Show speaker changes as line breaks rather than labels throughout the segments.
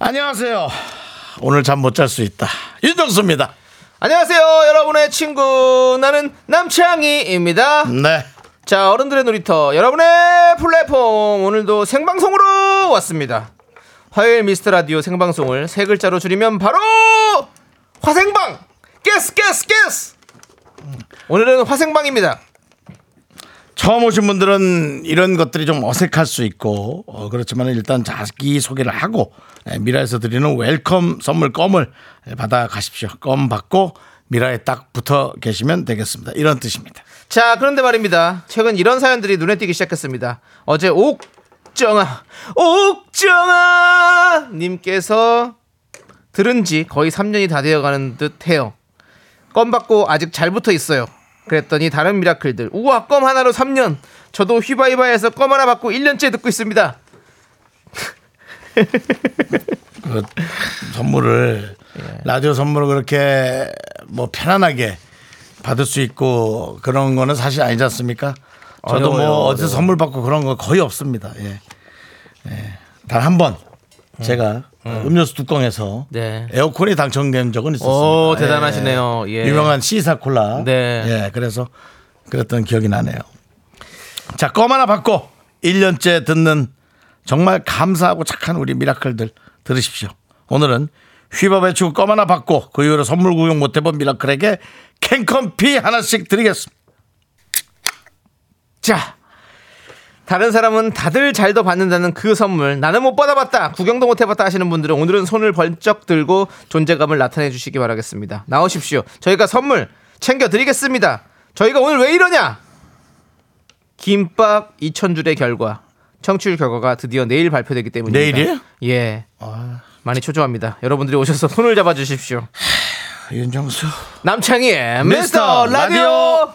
안녕하세요. 오늘 잠 못 잘 수 있다. 윤정수입니다.
안녕하세요, 여러분의 친구 나는 남창희입니다.
네.
자, 어른들의 놀이터 여러분의 플랫폼 오늘도 생방송으로 왔습니다. 화요일 미스터 라디오 생방송을 세 글자로 줄이면 바로 화생방. 깨스 깨스 깨스. 오늘은 화생방입니다.
처음 오신 분들은 이런 것들이 좀 어색할 수 있고 어, 그렇지만 일단 자기 소개를 하고 에, 미라에서 드리는 웰컴 선물 껌을 에, 받아 가십시오. 껌 받고 미라에 딱 붙어 계시면 되겠습니다. 이런 뜻입니다.
자, 그런데 말입니다. 최근 이런 사연들이 눈에 띄기 시작했습니다. 어제 옥정아, 옥정아! 님께서 들은 지 거의 3년이 다 되어가는 듯 해요. 껌 받고 아직 잘 붙어 있어요. 그랬더니 다른 미라클들, 우와, 껌 하나로 3년! 저도 휘바이바에서 껌 하나 받고 1년째 듣고 있습니다.
그 선물을
예.
라디오 선물을 그렇게 뭐 편안하게 받을 수 있고 그런 거는 사실 아니지 않습니까? 저도
어려워요,
뭐 어디서 선물 받고 그런 거 거의 없습니다. 예. 단 한 번 제가 음료수 뚜껑에서
네.
에어컨이 당첨된 적은 있었습니다.
오, 대단하시네요. 예.
유명한 시사 콜라.
네.
예, 그래서 그랬던 기억이 나네요. 자, 껌 하나 받고 1년째 듣는 정말 감사하고 착한 우리 미라클들 들으십시오. 오늘은 휘바 배추고 껌 하나 받고 그 이후로 선물 구용 못 해본 미라클에게 캔컴피 하나씩 드리겠습니다.
자, 다른 사람은 다들 잘도 받는다는 그 선물 나는 못 받아봤다 구경도 못 해봤다 하시는 분들은 오늘은 손을 번쩍 들고 존재감을 나타내 주시기 바라겠습니다 나오십시오 저희가 선물 챙겨드리겠습니다 저희가 오늘 왜 이러냐 김밥 2000줄의 결과 청취율 결과가 드디어 내일 발표되기 때문입니다
내일이에요? 아.
예 많이 초조합니다 여러분들이 오셔서 손을 잡아주십시오
윤정수.
남창희의
미스터
미스터 라디오
라디오.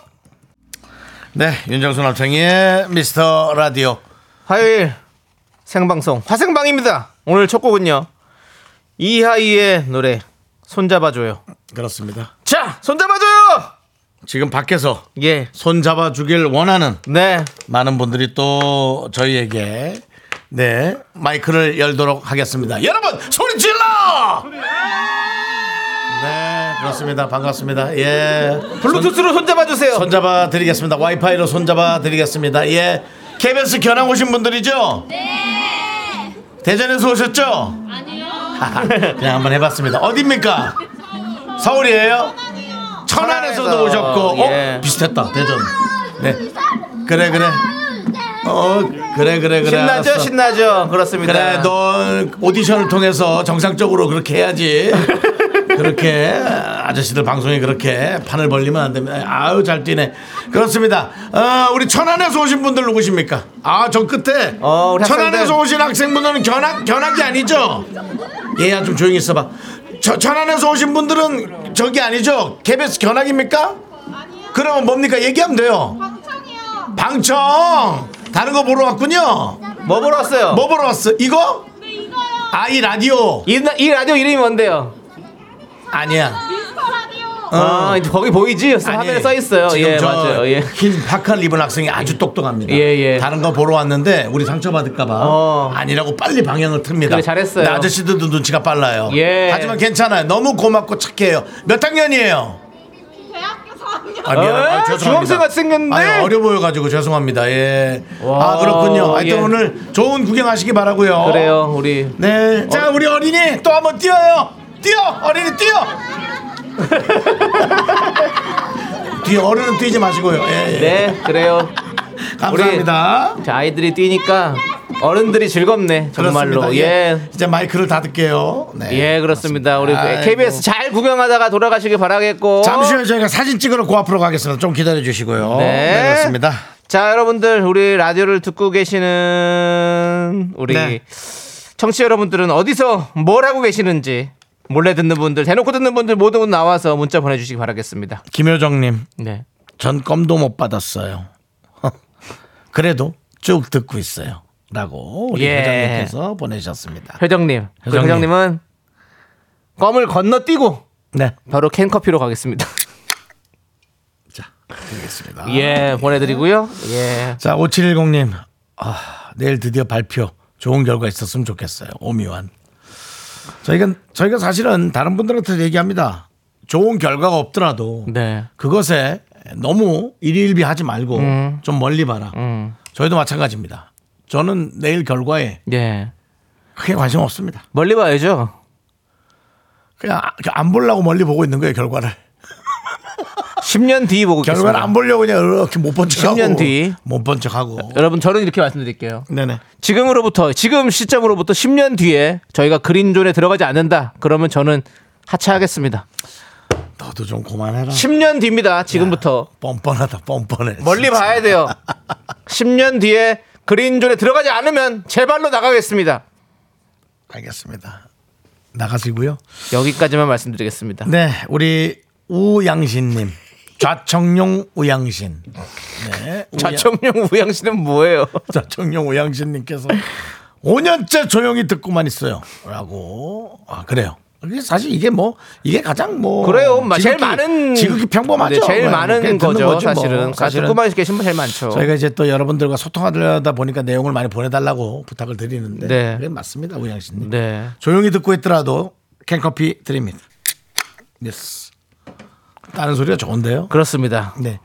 네, 윤정수 남창희의 미스터 라디오.
화요일 생방송 화생방입니다. 오늘 첫 곡은요. 이하이의 노래 손잡아줘요.
그렇습니다.
자, 손잡아줘요.
지금 밖에서
예.
손 잡아주길 원하는
네.
많은 분들이 또 저희에게 네 마이크를 열도록 하겠습니다. 여러분 소리 질러! 네 그렇습니다. 반갑습니다. 예
블루투스로 손잡아주세요.
손잡아 드리겠습니다. 와이파이로 손잡아 드리겠습니다. 예 KBS 견학 오신 분들이죠? 네. 대전에서 오셨죠? 아니요. 그냥 한번 해봤습니다. 어디입니까? 서울이에요? 천안에서도
천안에서.
오셨고,
예.
어 비슷했다 대전. 네 그래 그래. 어 그래 그래 그래
신나죠,
알았어.
신나죠. 그렇습니다.
그래 넌 오디션을 통해서 정상적으로 그렇게 해야지 그렇게 아저씨들 방송에 그렇게 판을 벌리면 안 됩니다 아유 잘 뛰네 그렇습니다 어, 우리 천안에서 오신 분들 누구십니까 아 저 끝에
어, 우리 학생들.
천안에서 오신 학생분들은 견학 견학이 아니죠 얘야 좀 조용히 있어봐 저, 천안에서 오신 분들은 저기 아니죠 KBS 견학입니까 그러면 뭡니까 얘기하면 돼요 방청 다른 거 보러 왔군요
뭐 보러 왔어요?
뭐 보러 왔어? 이거? 아, 이 라디오.
이, 나- 이 라디오 이름이 뭔데요?
아니야.
아, 이제 거기 보이지? 화면에 써 있어요.
지금
예,
저
맞아요. 예.
흰 파카를 입은 학생이 아주 똑똑합니다.
예, 예.
다른 거 보러 왔는데 우리 상처받을까봐
어.
아니라고 빨리 방향을 틉니다.
그래, 잘했어요.
근데 아저씨들도 눈치가 빨라요.
예.
하지만 괜찮아요. 너무 고맙고 착해요. 몇 학년이에요? 아, 미안.
에?
아, 죄송합니다.
중학생 같은 건데?
아유, 어려 보여가지고 죄송합니다. 예.
와,
아, 그렇군요. 하여튼
예.
오늘 좋은 구경하시기 바라고요
그래요, 우리.
네. 자, 우리 어린이 또 한번 뛰어요. 뛰어! 어린이 뛰어! 뒤에 어른은 뛰지 마시고요. 예, 예.
네, 그래요.
감사합니다.
자, 아이들이 뛰니까 어른들이 즐겁네. 정말로.
그렇습니다.
예.
이제 마이크를 닫을게요. 네.
예, 그렇습니다. 우리
아이고.
KBS 잘 구경하다가 돌아가시길 바라겠고.
잠시 후에 저희가 사진 찍으러 고 앞으로 가겠습니다. 좀 기다려 주시고요.
어. 네.
그렇습니다.
자, 여러분들 우리 라디오를 듣고 계시는 우리
네.
청취자 여러분들은 어디서 뭘 하고 계시는지 몰래 듣는 분들, 대놓고 듣는 분들 모두 나와서 문자 보내주시기 바라겠습니다.
김효정님,
네.
전 껌도 못 받았어요. 그래도 쭉 듣고 있어요. 라고 우리
예.
회장님께서 보내셨습니다.
회장님. 그
회장님.
회장님은 껌을 건너뛰고
네,
바로 캔커피로 가겠습니다.
알겠습니다.
예, 보내드리고요. 예.
자, 5710님. 아, 내일 드디어 발표. 좋은 결과 있었으면 좋겠어요. 오미완. 저희가, 저희가 사실은 다른 분들한테 얘기합니다. 좋은 결과가 없더라도
네.
그것에 너무 일일비 하지 말고
음.
좀 멀리 봐라. 저희도 마찬가지입니다. 저는 내일 결과에
예.
크게 관심 없습니다.
멀리 봐야죠.
그냥 아- 안 보려고 멀리 보고 있는 거예요, 결과를.
10년 뒤 보고
결과를
있겠습니다.
안 보려고 그냥 이렇게 못 본 척하고.
10년 뒤. 어,
못본 척하고.
여러분, 저는 이렇게 말씀드릴게요.
네네.
지금으로부터 지금 시점으로부터 10년 뒤에 저희가 그린존에 들어가지 않는다. 그러면 저는 하차하겠습니다.
너도 좀 그만해라.
10년 뒤입니다. 지금부터
뻔뻔하다, 뻔뻔해.
멀리 봐야 돼요. 10년 뒤에 그린존에 들어가지 않으면 제 발로 나가겠습니다.
알겠습니다. 나가시고요.
여기까지만 말씀드리겠습니다.
네, 우리 우양신님 좌청룡 우양신. 네, 우양-
좌청룡 우양씨는 뭐예요?
좌청룡 우양신님께서 5년째 조용히 듣고만 있어요.라고. 아 그래요. 이게 사실 이게 뭐 이게 가장 뭐
그래요. 마- 제일
지극히-
많은
지극히 평범하죠.
네, 제일
그냥
많은
그냥 듣는
거죠.
거지 뭐.
사실은 사실은 듣고만 계신 분 제일 많죠.
저희가 이제 또 여러분들과 소통하려다 보니까 내용을 많이 보내달라고 부탁을 드리는데
네.
그게 맞습니다, 우양신님.
네.
조용히 듣고 있더라도 캔커피 드립니다. 예스. 다른 소리가 좋은데요?
그렇습니다.
네.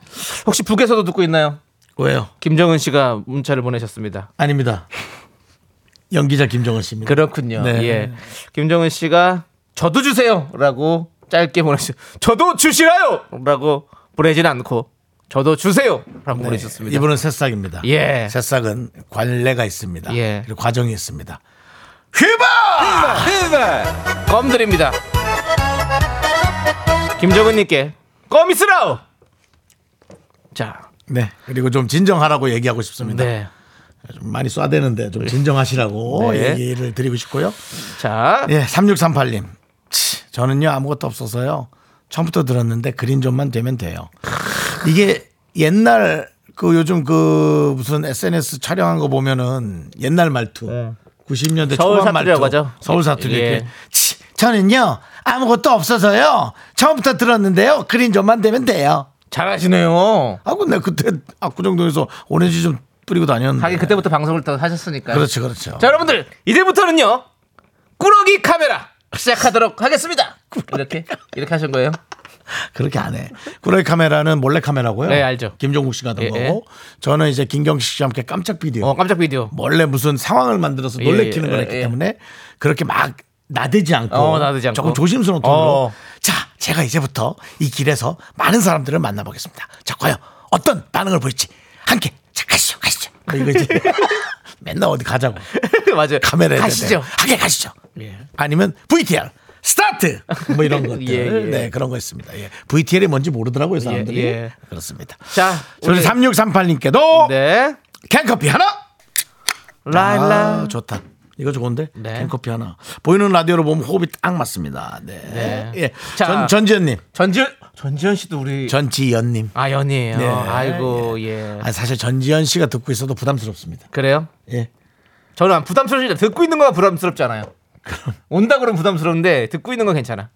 혹시 북에서도 듣고 있나요?
왜요?
김정은 씨가 문자를 보내셨습니다.
아닙니다. 연기자 김정은 씨입니다.
그렇군요.
네.
예. 김정은 씨가 저도 주세요라고 짧게 보내주. 저도 주시라요라고 보내진 않고 저도
네.
주세요라고 보내셨습니다.
이분은 새싹입니다.
예.
새싹은 관례가 있습니다.
예.
그리고 과정이 있습니다. 휘바!
껌 드립니다. 김정은님께 껌 있으라오. 자,
네. 그리고 좀 진정하라고 얘기하고 싶습니다.
네,
좀 많이 쏴대는데 좀 진정하시라고
네.
얘기를 드리고 싶고요.
자,
예, 3638님. 치, 저는요, 아무것도 없어서요. 처음부터 들었는데 그린존만 되면 돼요. 이게 옛날 그 요즘 그 무슨 SNS 촬영한 거 보면은 옛날 말투. 90년대
네. 서울
초반
사투리라고
말투.
하죠.
서울 사투리.
예.
이렇게. 치, 저는요, 아무것도 없어서요. 처음부터 들었는데요. 그린존만 되면 돼요.
잘하시네요.
아, 근데 그때 압구정동에서 오렌지 좀 뿌리고 다녔는데.
하긴 그때부터 방송을 또 하셨으니까.
네. 그렇죠, 그렇죠.
자, 여러분들 이제부터는요 꾸러기 카메라 시작하도록 하겠습니다. 이렇게 이렇게 하신 거예요?
그렇게 안 해. 꾸러기 카메라는 몰래 카메라고요.
네, 알죠.
김종국 씨가 하던
예,
거고.
예.
저는 이제 김경식 씨와 함께 깜짝 비디오.
어 깜짝 비디오.
몰래 무슨 상황을 만들어서
예,
놀래키는
예,
걸 했기
예.
때문에 그렇게 막 나대지 않고,
어, 나대지 않고.
조금 조심스러운 톤으로
어.
자 제가 이제부터 이 길에서 많은 사람들을 만나보겠습니다. 자 과연 어떤 반응을 보일지 함께 자 가시죠 가시죠. 뭐 이거 이제 맨날 어디 가자고
맞아요.
카메라에
가시죠.
함께 가시죠. 아니면 VTR 스타트 뭐 이런 것들
예, 예.
네 그런 거 있습니다. 예. VTR이 뭔지 모르더라고요 사람들이
예, 예.
그렇습니다.
자,
저희
오늘-
3638님께도
네.
캔커피 하나
라일라.
아, 좋다. 이거 좋은데?
네.
캔커피 하나. 보이는 라디오로 보면 호흡이 딱 맞습니다. 네.
네.
예.
자.
전, 전지현님.
전지현 전지현 씨도 우리
전지현님.
아 연이에요.
네.
아이고 예.
아, 사실 전지현 씨가 듣고 있어도 부담스럽습니다.
그래요?
예.
저는 안 부담스럽지 않아요. 듣고 있는 거가 부담스럽지 않아요. 온다 그러면 부담스러운데 듣고 있는 건 괜찮아.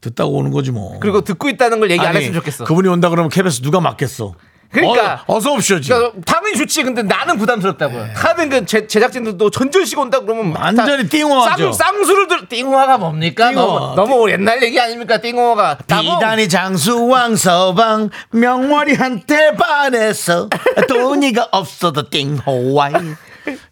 듣다고 오는 거지 뭐.
그리고 듣고 있다는 걸 얘기 안
아니,
했으면 좋겠어.
그분이 온다 그러면 KBS 누가 막겠어?
그러니까.
어, 서 옵쇼지.
그러니까 당연히 좋지. 근데 나는 부담스럽다고요. 하는 그 제, 제작진들도 전전식 온다 그러면 막
네. 완전히
다
띵호하죠.
쌍, 쌍수를 들 띵호화가 뭡니까?
띵호화.
너무 너무 옛날 얘기 아닙니까? 띵호화가
비단이 장수왕 서방 명월이한테 반해서 돈이가 없어도 띵호와이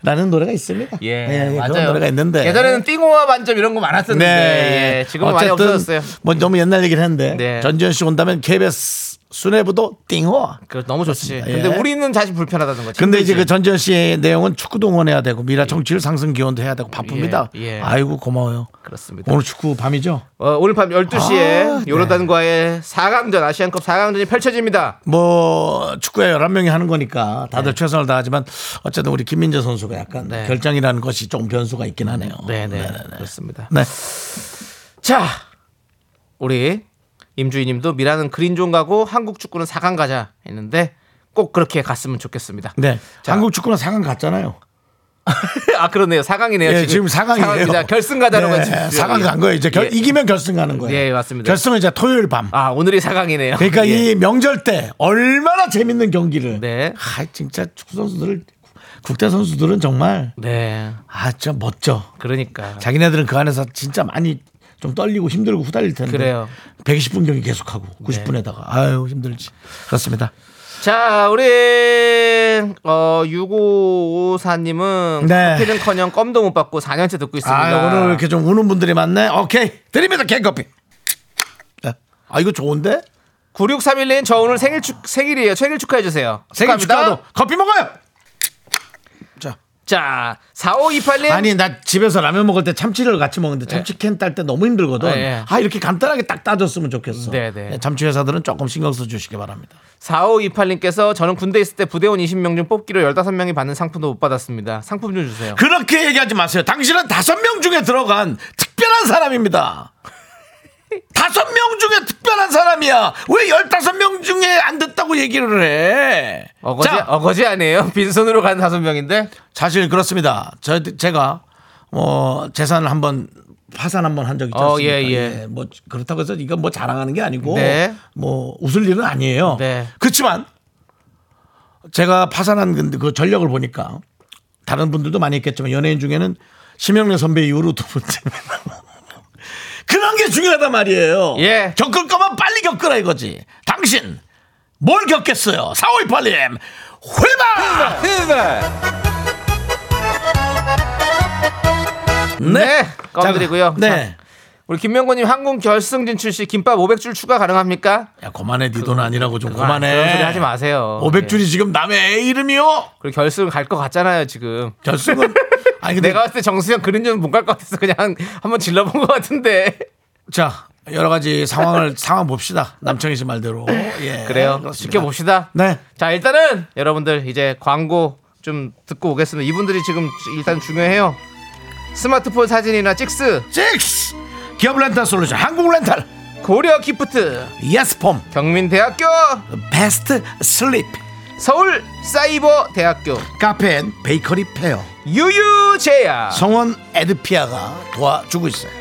라는 노래가 있습니다.
예,
그런
맞아요.
노래가 있는데
예전에는 띵호와 반점 이런 거
네, 예.
네, 예. 많았었는데 예, 지금은 많이 없어졌어요.
뭐 너무 옛날 얘기를 했는데
네.
전지현 씨 온다면 KBS 수뇌부도 띵호.
그 너무 좋지.
예.
근데 우리는 사실 불편하다는 거지.
근데 이제 그
힘들지.
전지현 씨의 내용은 축구 동원해야 되고 미라 정치율 상승 기원도 해야 되고 바쁩니다.
예, 예.
아이고 고마워요.
그렇습니다.
오늘 축구 밤이죠?
어, 오늘 밤 12시에
그 아, 네.
요르단과의 4강전 아시안컵 4강전이 펼쳐집니다.
뭐 축구에 11명이 하는 거니까 다들 최선을 다하지만 어쨌든 우리 김민재 선수가 약간
네.
결정이라는 것이 조금 변수가 있긴 하네요.
네네 그렇습니다.
네.
자 우리 임주희님도 미라는 그린존 가고 한국 축구는 4강 가자 했는데 꼭 그렇게 갔으면 좋겠습니다.
네.
자.
한국 축구는 상강 갔잖아요.
아 그러네요 4강이네요
예, 지금
이
사강이에요.
다 결승 가자로
네,
가죠.
사강 간 거예요. 이제 결-
예.
이기면 결승 가는 거예요.
예, 맞습니다.
결승은 이제 토요일 밤.
아 오늘이 4강이네요. 예.
그러니까 이 명절 때 얼마나 재밌는 경기를.
네.
아, 진짜 축구 선수들 국대 선수들은 정말
네
아, 진짜 멋져.
그러니까
자기네들은 그 안에서 진짜 많이 좀 떨리고 힘들고 후달릴 텐데.
그래요. 네.
120분 경기 계속하고 90분에다가 아유 힘들지. 그렇습니다.
자, 우리 어 6554님은
네.
커피는커녕 껌도 못 받고 4년째 듣고 있습니다.
아 오늘 이렇게 좀 우는 분들이 많네. 오케이 드립니다 캔커피. 네. 아 이거 좋은데?
9631님 저 오늘 생일 축 생일이에요. 생일 축하해 주세요.
생일 축하도 커피 먹어요. 자.
자, 4528님
아니 나 집에서 라면 먹을 때 참치를 같이 먹는데 참치 캔 딸 때 너무 힘들거든.
예. 아, 예.
아 이렇게 간단하게 딱 따줬으면 좋겠어.
네, 네.
네, 참치 회사들은 조금 신경 써 주시기 바랍니다.
4528님께서 저는 군대 있을 때 부대원 20명 중 뽑기로 15명이 받는 상품도 못 받았습니다. 상품 좀 주세요.
그렇게 얘기하지 마세요. 당신은 다섯 명 중에 들어간 특별한 사람입니다. 다섯 명 중에 특별한 사람이야. 왜 열다섯 명 중에 안 됐다고 얘기를 해?
어거지
자,
어거지 아니에요? 빈손으로 간 다섯 명인데.
사실 그렇습니다. 저 제가 뭐 재산을 한번 파산 한번 한 적이 있지
어,
않습니까?
예, 예.
뭐 그렇다고 해서 이건 뭐 자랑하는 게 아니고
네.
뭐 웃을 일은 아니에요.
네.
그렇지만 제가 파산한 근데 그 전력을 보니까 다른 분들도 많이 있겠지만 연예인 중에는 심영래 선배 이후로 두 번째. 그런 게 중요하단 말이에요.
예.
겪을 거면 빨리 겪으라 이거지. 당신 뭘 겪겠어요? 4월8님 홀발!
네.
자,
껌 드리고요.
네.
우리 김명곤 님 항공 결승 진출 시 김밥 500줄 추가 가능합니까?
야, 그만해. 네 돈 아니라고 좀
그만,
그만해.
그런 소리 하지 마세요. 예.
500줄이 지금 남의 애 이름이요?
그리고 결승 갈 것 같잖아요 지금.
결승은. 아니, 근데.
내가 봤을 때 정수영 그린존 못갈 것 같아서 그냥 한번 질러본 것 같은데.
자, 여러 가지 상황을, 상황 봅시다. 남청희 씨 말대로. 예.
그래요.
그렇습니다.
지켜봅시다.
네.
자 일단은 여러분들 이제 광고 좀 듣고 오겠습니다. 이분들이 지금 일단 중요해요. 스마트폰 사진이나 찍스
잭스! 기업 렌탈 솔루션, 한국 렌탈,
고려 기프트
예스폼,
경민대학교
베스트 슬립,
서울 사이버 대학교
카페 앤 베이커리 페어,
유유제야
성원 에드피아가 도와주고 있어요.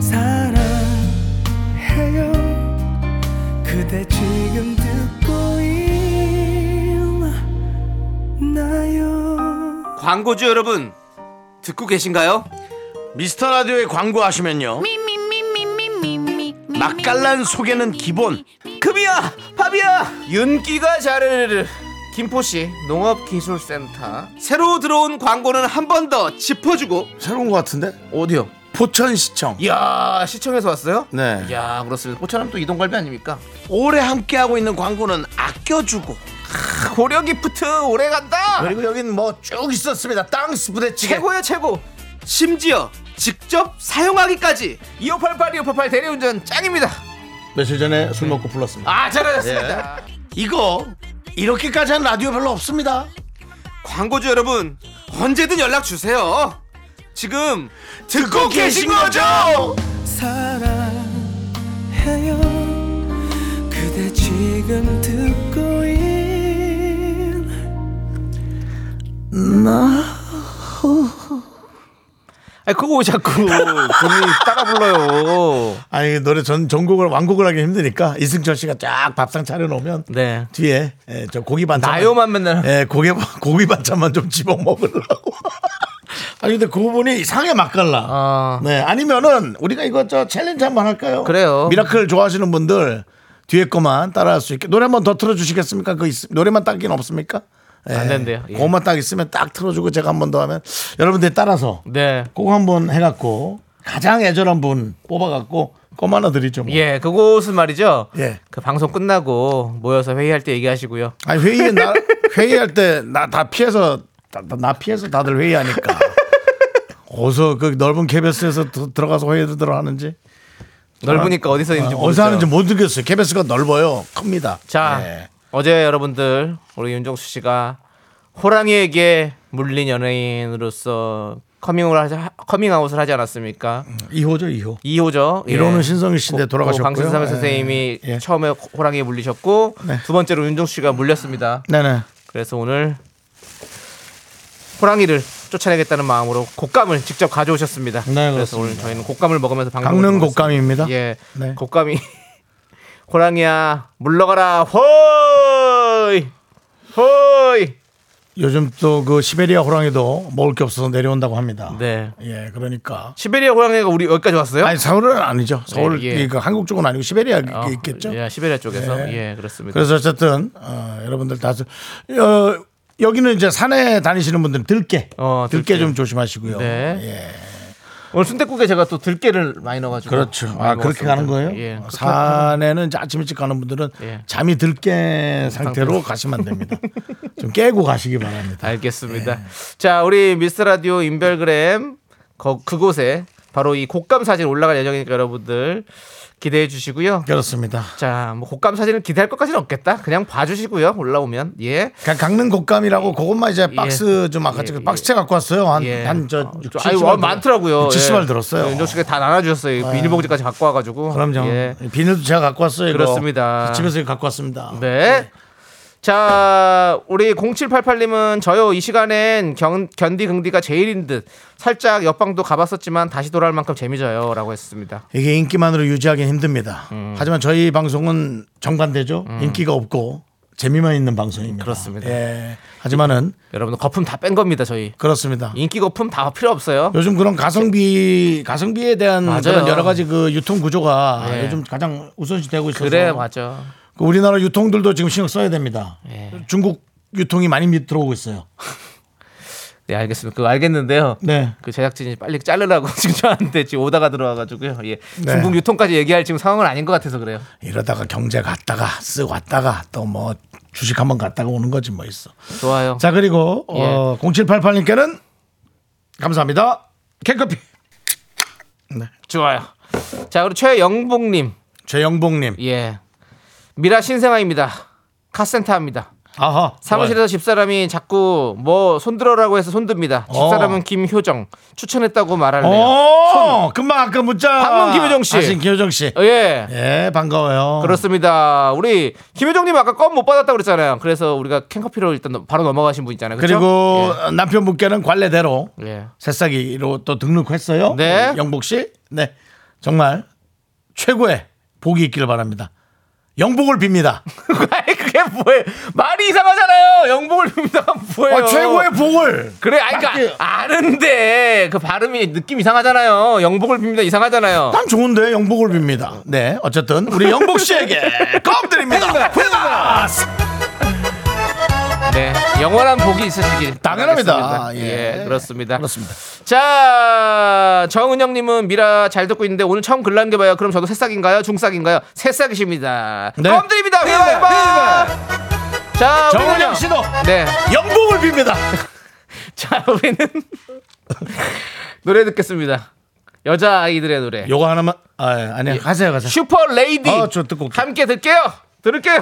사랑해요 그대 지금 듣고 있나요
광고주 여러분 듣고 계신가요?
미스터 라디오에 광고하시면요.
맛깔난 소개는 기본
금이야 밥이야 윤기가 자르르르 김포시 농업기술센터 새로 들어온 광고는 한 번 더 짚어주고
새로운 것 같은데?
어디요?
포천시청.
이야 시청에서 왔어요?
네.
이야 그렇습니다 포천하면 또 이동갈비 아닙니까?
오래 함께하고 있는 광고는 아껴주고
고려기프트 오래 간다
그리고 여긴 뭐 쭉 있었습니다 땅스 부대찌개
최고야 최고 심지어 직접 사용하기까지 2588 2588 대리운전 짱입니다
며칠 전에 술 먹고 불렀습니다 예.
아 잘하셨습니다
이거 이렇게까지 한 라디오 별로 없습니다
광고주 여러분 언제든 연락 주세요 지금
듣고 계신 거죠
사랑해요 그대 지금 듣고 있나
아 그거 왜 자꾸 본인이 따라 불러요
아니 노래 전 전곡을 완곡을 하기 힘드니까 이승철 씨가 쫙 밥상 차려놓으면
네
뒤에 예, 저 고기 반찬
나요만 맨날
예, 고기, 고기 반찬만 좀 집어 먹으려고 아니 근데 그 부분이 이상하게 맛깔나
아.
네 아니면은 우리가 이거 저 챌린지 한번 할까요
그래요.
미라클 좋아하시는 분들 뒤에 거만 따라할 수 있게 노래 한번 더 틀어주시겠습니까 그 있- 노래만 딱긴 없습니까 예,
안 된대요. 예.
그것만 딱 있으면 딱 틀어주고 제가 한번 더 하면 여러분들 따라서
네
꼭 한번 해갖고 가장 애절한 분 뽑아갖고 껌 하나 드리죠. 뭐.
예, 그곳은 말이죠.
예.
그 방송 끝나고 모여서 회의할 때 얘기하시고요.
아니 회의에 나 회의할 때 나 다 피해서 나, 나 피해서 다들 회의하니까. 어서 그 넓은 KBS에서 들어가서 회의들어 하는지
넓으니까 어디서 있는지 모르죠.
어디서 하는지 못 느꼈어요. KBS가 넓어요. 큽니다.
자,
예.
어제 여러분들 우리 윤정수 씨가 호랑이에게 물린 연예인으로서 커밍아웃을 하지, 커밍아웃을 하지 않았습니까?
2호죠, 2호.
2호죠. 예.
이호는 신성일 씨인데 돌아가셨고요.
강신삼
예.
선생님이
예.
처음에 호랑이에 물리셨고
네.
두 번째로 윤정수 씨가 물렸습니다.
네네.
그래서 오늘 호랑이를 쫓아내겠다는 마음으로 곶감을 직접 가져오셨습니다.
네,
그래서 오늘 저희는 곶감을 먹으면서 방송을
강릉
진행하고
곶감입니다.
예.
네.
곶감이 호랑이야 물러가라. 호이. 호이.
요즘 또 그 시베리아 호랑이도 먹을 게 없어서 내려온다고 합니다.
네.
예, 그러니까.
시베리아 호랑이가 우리 여기까지 왔어요?
아니 서울은 아니죠. 서울
예, 예.
그 한국 쪽은 아니고 시베리아
어,
있겠죠.
예, 시베리아 쪽에서.
예.
예, 그렇습니다.
그래서 어쨌든 어, 여러분들 다들 어, 여기는 이제 산에 다니시는 분들은 들깨,
어,
들깨
들깨.
좀 조심하시고요.
네.
예.
오늘 순대국에 제가 또 들깨를 많이 넣어 가지고.
그렇죠. 아 그렇게 가는 거예요?
예.
산에는 이제 아침 일찍 가는 분들은
예. 음,
잠이 들깨 상태로 가시면 안 됩니다. 좀 깨고 가시기 바랍니다. 예.
알겠습니다. 자, 우리 미스터 라디오 인별그램 거, 그곳에 바로 이 곶감 사진 올라갈 예정이니까 여러분들 기대해 주시고요.
그렇습니다.
자, 뭐 곶감 사진을 기대할 것까지는 없겠다. 그냥 봐 주시고요. 올라오면. 예.
그냥 강릉 곶감이라고 그것만 이제 박스 좀 아까
예, 예.
박스채 갖고 왔어요.
예.
한한저
어, 저- 아니, 와, 많더라고요. 예.
70알 들었어요.
윤정 씨가 다 나눠주셨어요. 비닐봉지까지 갖고 와가지고.
그럼요.
예.
비닐도 제가 갖고 왔어요. 이거.
그렇습니다.
집에서 이거 갖고 왔습니다.
네. 자, 우리 0788님은 저요, 이 시간엔 견, 견디 긍디가 제일인 듯 살짝 옆방도 가봤었지만 다시 돌아올 만큼 재미져요. 라고 했습니다.
이게 인기만으로 유지하기 힘듭니다.
음.
하지만 저희 방송은 정반대죠. 인기가 없고 재미만 있는 방송입니다.
그렇습니다.
예. 하지만은
여러분들 거품 다 뺀 겁니다, 저희.
그렇습니다.
인기 거품 다 필요 없어요.
요즘 그런 가성비 가성비에 대한
맞아요.
그런 여러 가지 그 유통 구조가
예.
요즘 가장 우선시 되고 있어서
그래, 맞아.
그 우리나라 유통들도 지금 신경 써야 됩니다.
예.
중국 유통이 많이 밑 들어오고 있어요.
네, 알겠습니다. 그거 알겠는데요.
네.
그 제작진이 빨리 자르라고 지금 저한테 지금 오다가 들어와가지고요. 예.
네.
중국 유통까지 얘기할 지금 상황은 아닌 것 같아서 그래요.
이러다가 경제 갔다가 쓰고 왔다가 또 뭐 주식 한번 갔다가 오는 거지 뭐 있어.
좋아요.
자 그리고
예.
어, 0788님께는 감사합니다. 캔커피
좋아요. 자, 그리고 최영복님.
최영봉님.
예. 미라 신생아입니다. 카센터입니다.
아하
사무실에서 집사람이 자꾸 뭐 손들어라고 해서 손듭니다. 집사람은 김효정 추천했다고 말하네요.
오 어, 금방 아까 문자
방문 김효정 씨.
하신 김효정 씨.
어, 예.
예 반가워요.
그렇습니다. 우리 김효정님 아까 껌 못 받았다고 그랬잖아요. 그래서 우리가 캔커피로 일단 넘- 바로 넘어가신 분 있잖아요. 그쵸?
그리고 남편분께는 관례대로
그렇죠? 예. 예.
새싹이로 또 등록했어요.
네.
우리 영복 씨. 네. 정말 최고의 복이 있기를 바랍니다. 영복을 빕니다.
아니, 그게 뭐예요? 말이 이상하잖아요. 영봉을 빕니다. 뭐예요?
아, 최고의 복을.
그래, 아니,
맞게.
그러니까 아는데 그 발음이 느낌 이상하잖아요. 영복을 빕니다. 이상하잖아요.
난 좋은데 영복을 빕니다. 네, 어쨌든 우리 영복 씨에게 껌 드립니다. 아, 회다스.
네, 영원한 복이 있으시길
당연합니다.
바라겠습니다.
예.
예. 그렇습니다.
그렇습니다.
자, 정은영님은 미라 잘 듣고 있는데 오늘 처음 글 남겨봐요. 그럼 저도 새싹인가요? 중싹인가요? 새싹이십니다.
네.
껌 드립니다. 회바 회바. 자,
정은영
우리는요.
씨도
네,
영복을 빕니다.
자 우리는 노래 듣겠습니다. 여자 아이들의 노래.
요거 하나만 아, 예, 아니 하세요, 가세요.
슈퍼 레이디.
아, 저 듣고 올게요.
함께 들게요. 들을게요.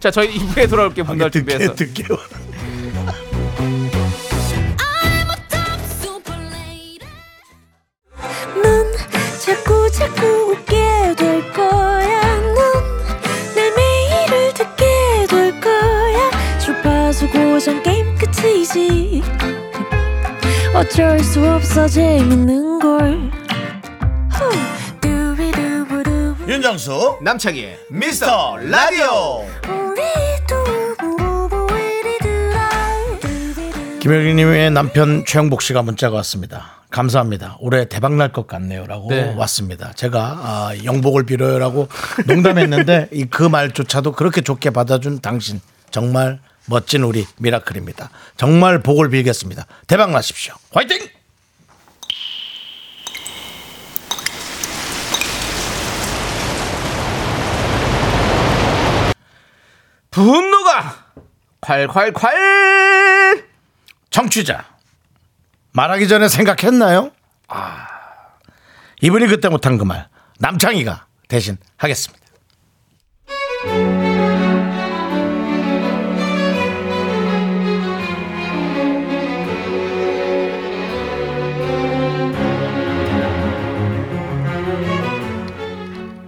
자, 저희 2부에 돌아올게요. 분갈 준비해서.
예, 듣게요.
넌 자꾸 자꾸 웃게 될 거야. 넌내 매일을 듣게 될 거야. 주파수 고정 게임 끝이지. 어쩔 수 없어 재밌는 걸. 후. 두비두부두.
윤정수
남창희의
미스터 라디오.
우리 두부부부 우리 두라. 두비두부.
김효진님의 남편 최영복 씨가 문자가 왔습니다. 감사합니다. 올해 대박 날 것 같네요라고
네.
왔습니다. 제가 아, 영복을 빌어요라고 농담했는데 이 그 말조차도 그렇게 좋게 받아준 당신 정말 멋진 우리 미라클입니다. 정말 복을 빌겠습니다. 대박 나십시오. 화이팅!
분노가 콸콸콸
청취자 말하기 전에 생각했나요? 아 이분이 그때 못한 그 말 남창희가 대신 하겠습니다.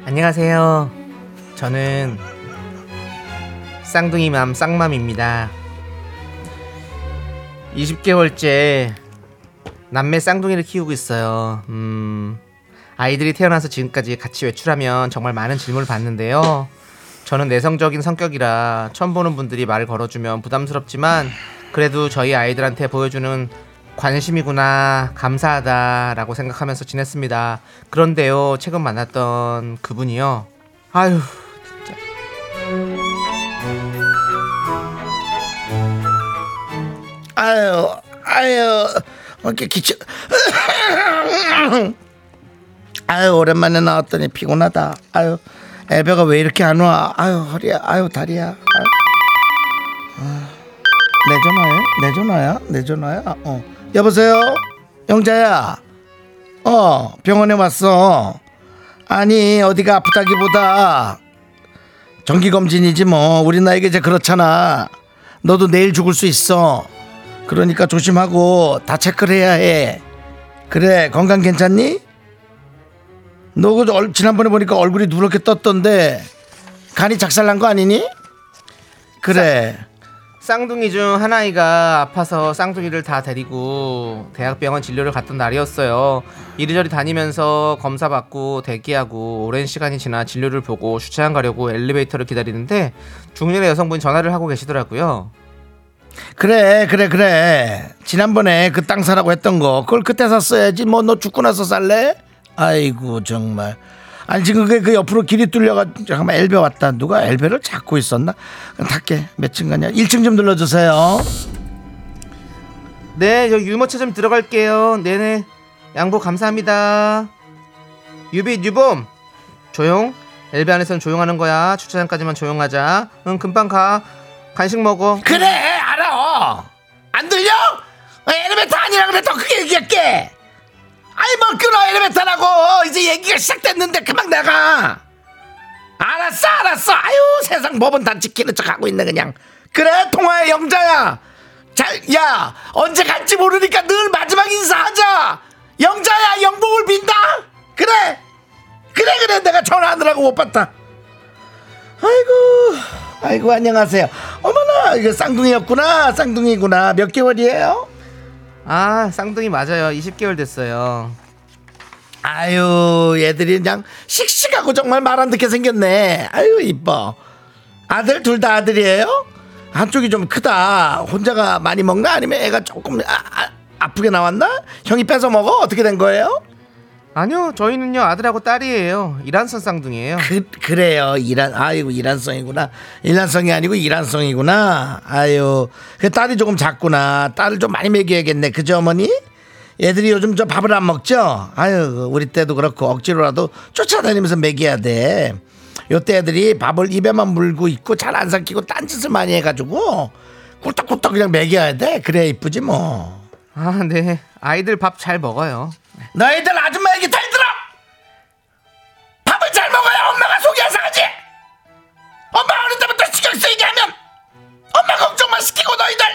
안녕하세요. 저는 쌍둥이맘 쌍맘입니다. 20개월째 남매 쌍둥이를 키우고 있어요. 음, 아이들이 태어나서 지금까지 같이 외출하면 정말 많은 질문을 받는데요. 저는 내성적인 성격이라 처음 보는 분들이 말을 걸어주면 부담스럽지만 그래도 저희 아이들한테 보여주는 관심이구나 감사하다라고 생각하면서 지냈습니다. 그런데요 최근 만났던 그분이요 아유 진짜
아유 아유 이렇게 기침 아유 오랜만에 나왔더니 피곤하다. 아유 애배가 왜 이렇게 안 와? 아유 허리야 아유 다리야. 아유. 아, 내 전화야? 내 전화야? 내 전화야? 아, 어 여보세요 영자야. 어 병원에 왔어. 아니 어디가 아프다기보다 정기검진이지 뭐 우리 나이가 이제 그렇잖아 너도 내일 죽을 수 있어 그러니까 조심하고 다 체크를 해야 해 그래 건강 괜찮니? 너그 얼- 지난번에 보니까 얼굴이 누렇게 떴던데 간이 작살난 거 아니니? 그래
쌍둥이 중 한 아이가 아파서 쌍둥이를 다 데리고 대학병원 진료를 갔던 날이었어요. 이리저리 다니면서 검사 받고 대기하고 오랜 시간이 지나 진료를 보고 주차장 가려고 엘리베이터를 기다리는데 중년의 여성분이 전화를 하고 계시더라고요.
그래 그래 그래 지난번에 그 땅 사라고 했던 거 그걸 그때 샀어야지 뭐 너 죽고 나서 살래? 아이고 정말 아니 지금 그게 그 옆으로 길이 뚫려가 잠깐만 엘베 왔다 누가 엘베를 잡고 있었나? 탈게 몇 층 가냐 1층 좀 눌러주세요
네, 저 유모차 좀 들어갈게요. 네네. 양보 감사합니다. 유비, 유범. 조용. 엘베 안에서는 조용하는 거야. 주차장까지만 조용하자. 응, 금방 가. 간식 먹어.
그래 알아 안 들려? 아, 엘리베이터 아니라 그래 더 크게 얘기할게 아이 뭐 끊어 엘리베이터라고 이제 얘기가 시작됐는데 그만 나가 알았어 알았어 아유 세상 법은 다 지키는 척 하고 있네 그냥 그래 통화해 영자야 잘 야 언제 갈지 모르니까 늘 마지막 인사하자 영자야 영복을 빈다 그래 그래 그래 내가 전화하느라고 못 봤다 아이고 아이고 안녕하세요 어머나 이거 쌍둥이였구나 쌍둥이구나 몇 개월이에요?
아 쌍둥이 맞아요 20개월 됐어요
아유 얘들이 그냥 씩씩하고 정말 말 안 듣게 생겼네 아유 이뻐 아들 둘 다 아들이에요? 한쪽이 좀 크다 혼자가 많이 먹나 아니면 애가 조금 아, 아, 아프게 나왔나? 형이 뺏어 먹어 어떻게 된 거예요?
아니요 저희는요 아들하고 딸이에요 이란선 쌍둥이에요
그, 그래요. 이란, 아이고, 이란성이구나. 일란성이 아니고 이란성이구나. 아유. 그 딸이 조금 작구나. 딸을 좀 많이 먹여야겠네. 그죠, 어머니? 얘들이 요즘 저 밥을 안 먹죠? 아유, 우리 때도 그렇고 억지로라도 쫓아다니면서 먹여야 돼. 요때 애들이 밥을 입에만 물고 있고 잘 안 삼키고 딴짓을 많이 해가지고 꿀떡꿀떡 그냥 먹여야 돼. 그래야 이쁘지 뭐.
아 네 아이들 밥 잘 먹어요
너희들 아줌마에게 잘 들어! 밥을 잘 먹어야 엄마가 속이 안 상하지! 엄마 어느 때부터 신경 쓰이게 하면 엄마 걱정만 시키고 너희들!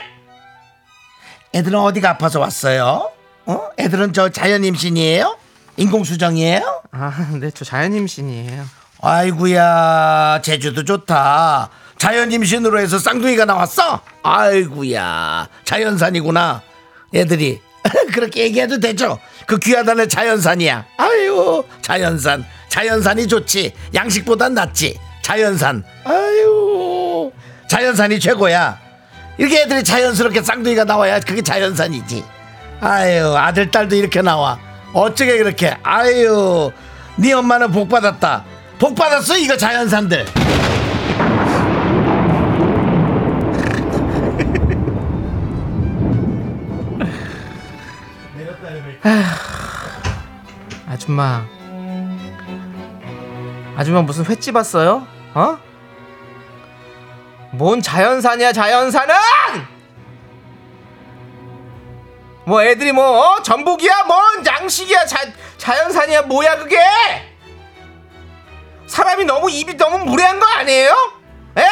애들은 어디가 아파서 왔어요? 어? 애들은 저 자연 임신이에요? 인공수정이에요?
아 네 저 자연임신이에요
아이구야 제주도 좋다 자연 임신으로 해서 쌍둥이가 나왔어 아이구야 자연산이구나 애들이 그렇게 얘기해도 되죠 그 귀하다는 자연산이야 아유 자연산 자연산이 좋지 양식보단 낫지 자연산 아유 자연산이 최고야 이렇게 애들이 자연스럽게 쌍둥이가 나와야 그게 자연산이지 아유 아들 딸도 이렇게 나와 어쩌게 그렇게 아유 네 엄마는 복 받았다 복 받았어 이거 자연산들
아줌마 아줌마 무슨 횟집 왔어요? 어?
뭔 자연산이야 자연산은 뭐 애들이 뭐 어? 전복이야 뭔 양식이야 자, 자연산이야 뭐야 그게 사람이 너무 입이 너무 무례한 거 아니에요? 에?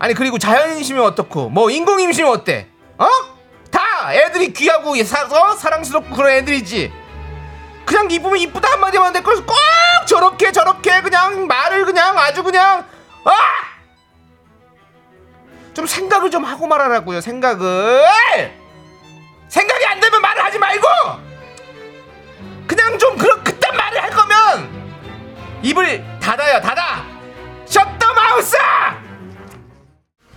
아니 그리고 자연임신이면 어떻고 뭐 인공임신이면 어때? 어? 다 애들이 귀하고 사, 어? 사랑스럽고 그런 애들이지 그냥 이쁘면 이쁘다 한마디만 하는데 그걸 꼭 저렇게 저렇게 그냥 말을 그냥 아주 그냥 아! 좀 생각을 좀 하고 말하라고요 생각을 생각이 안 되면 말을 하지 말고 그냥 좀 그런 그딴 말을 할 거면 입을 닫아요 닫아 셧더 마우스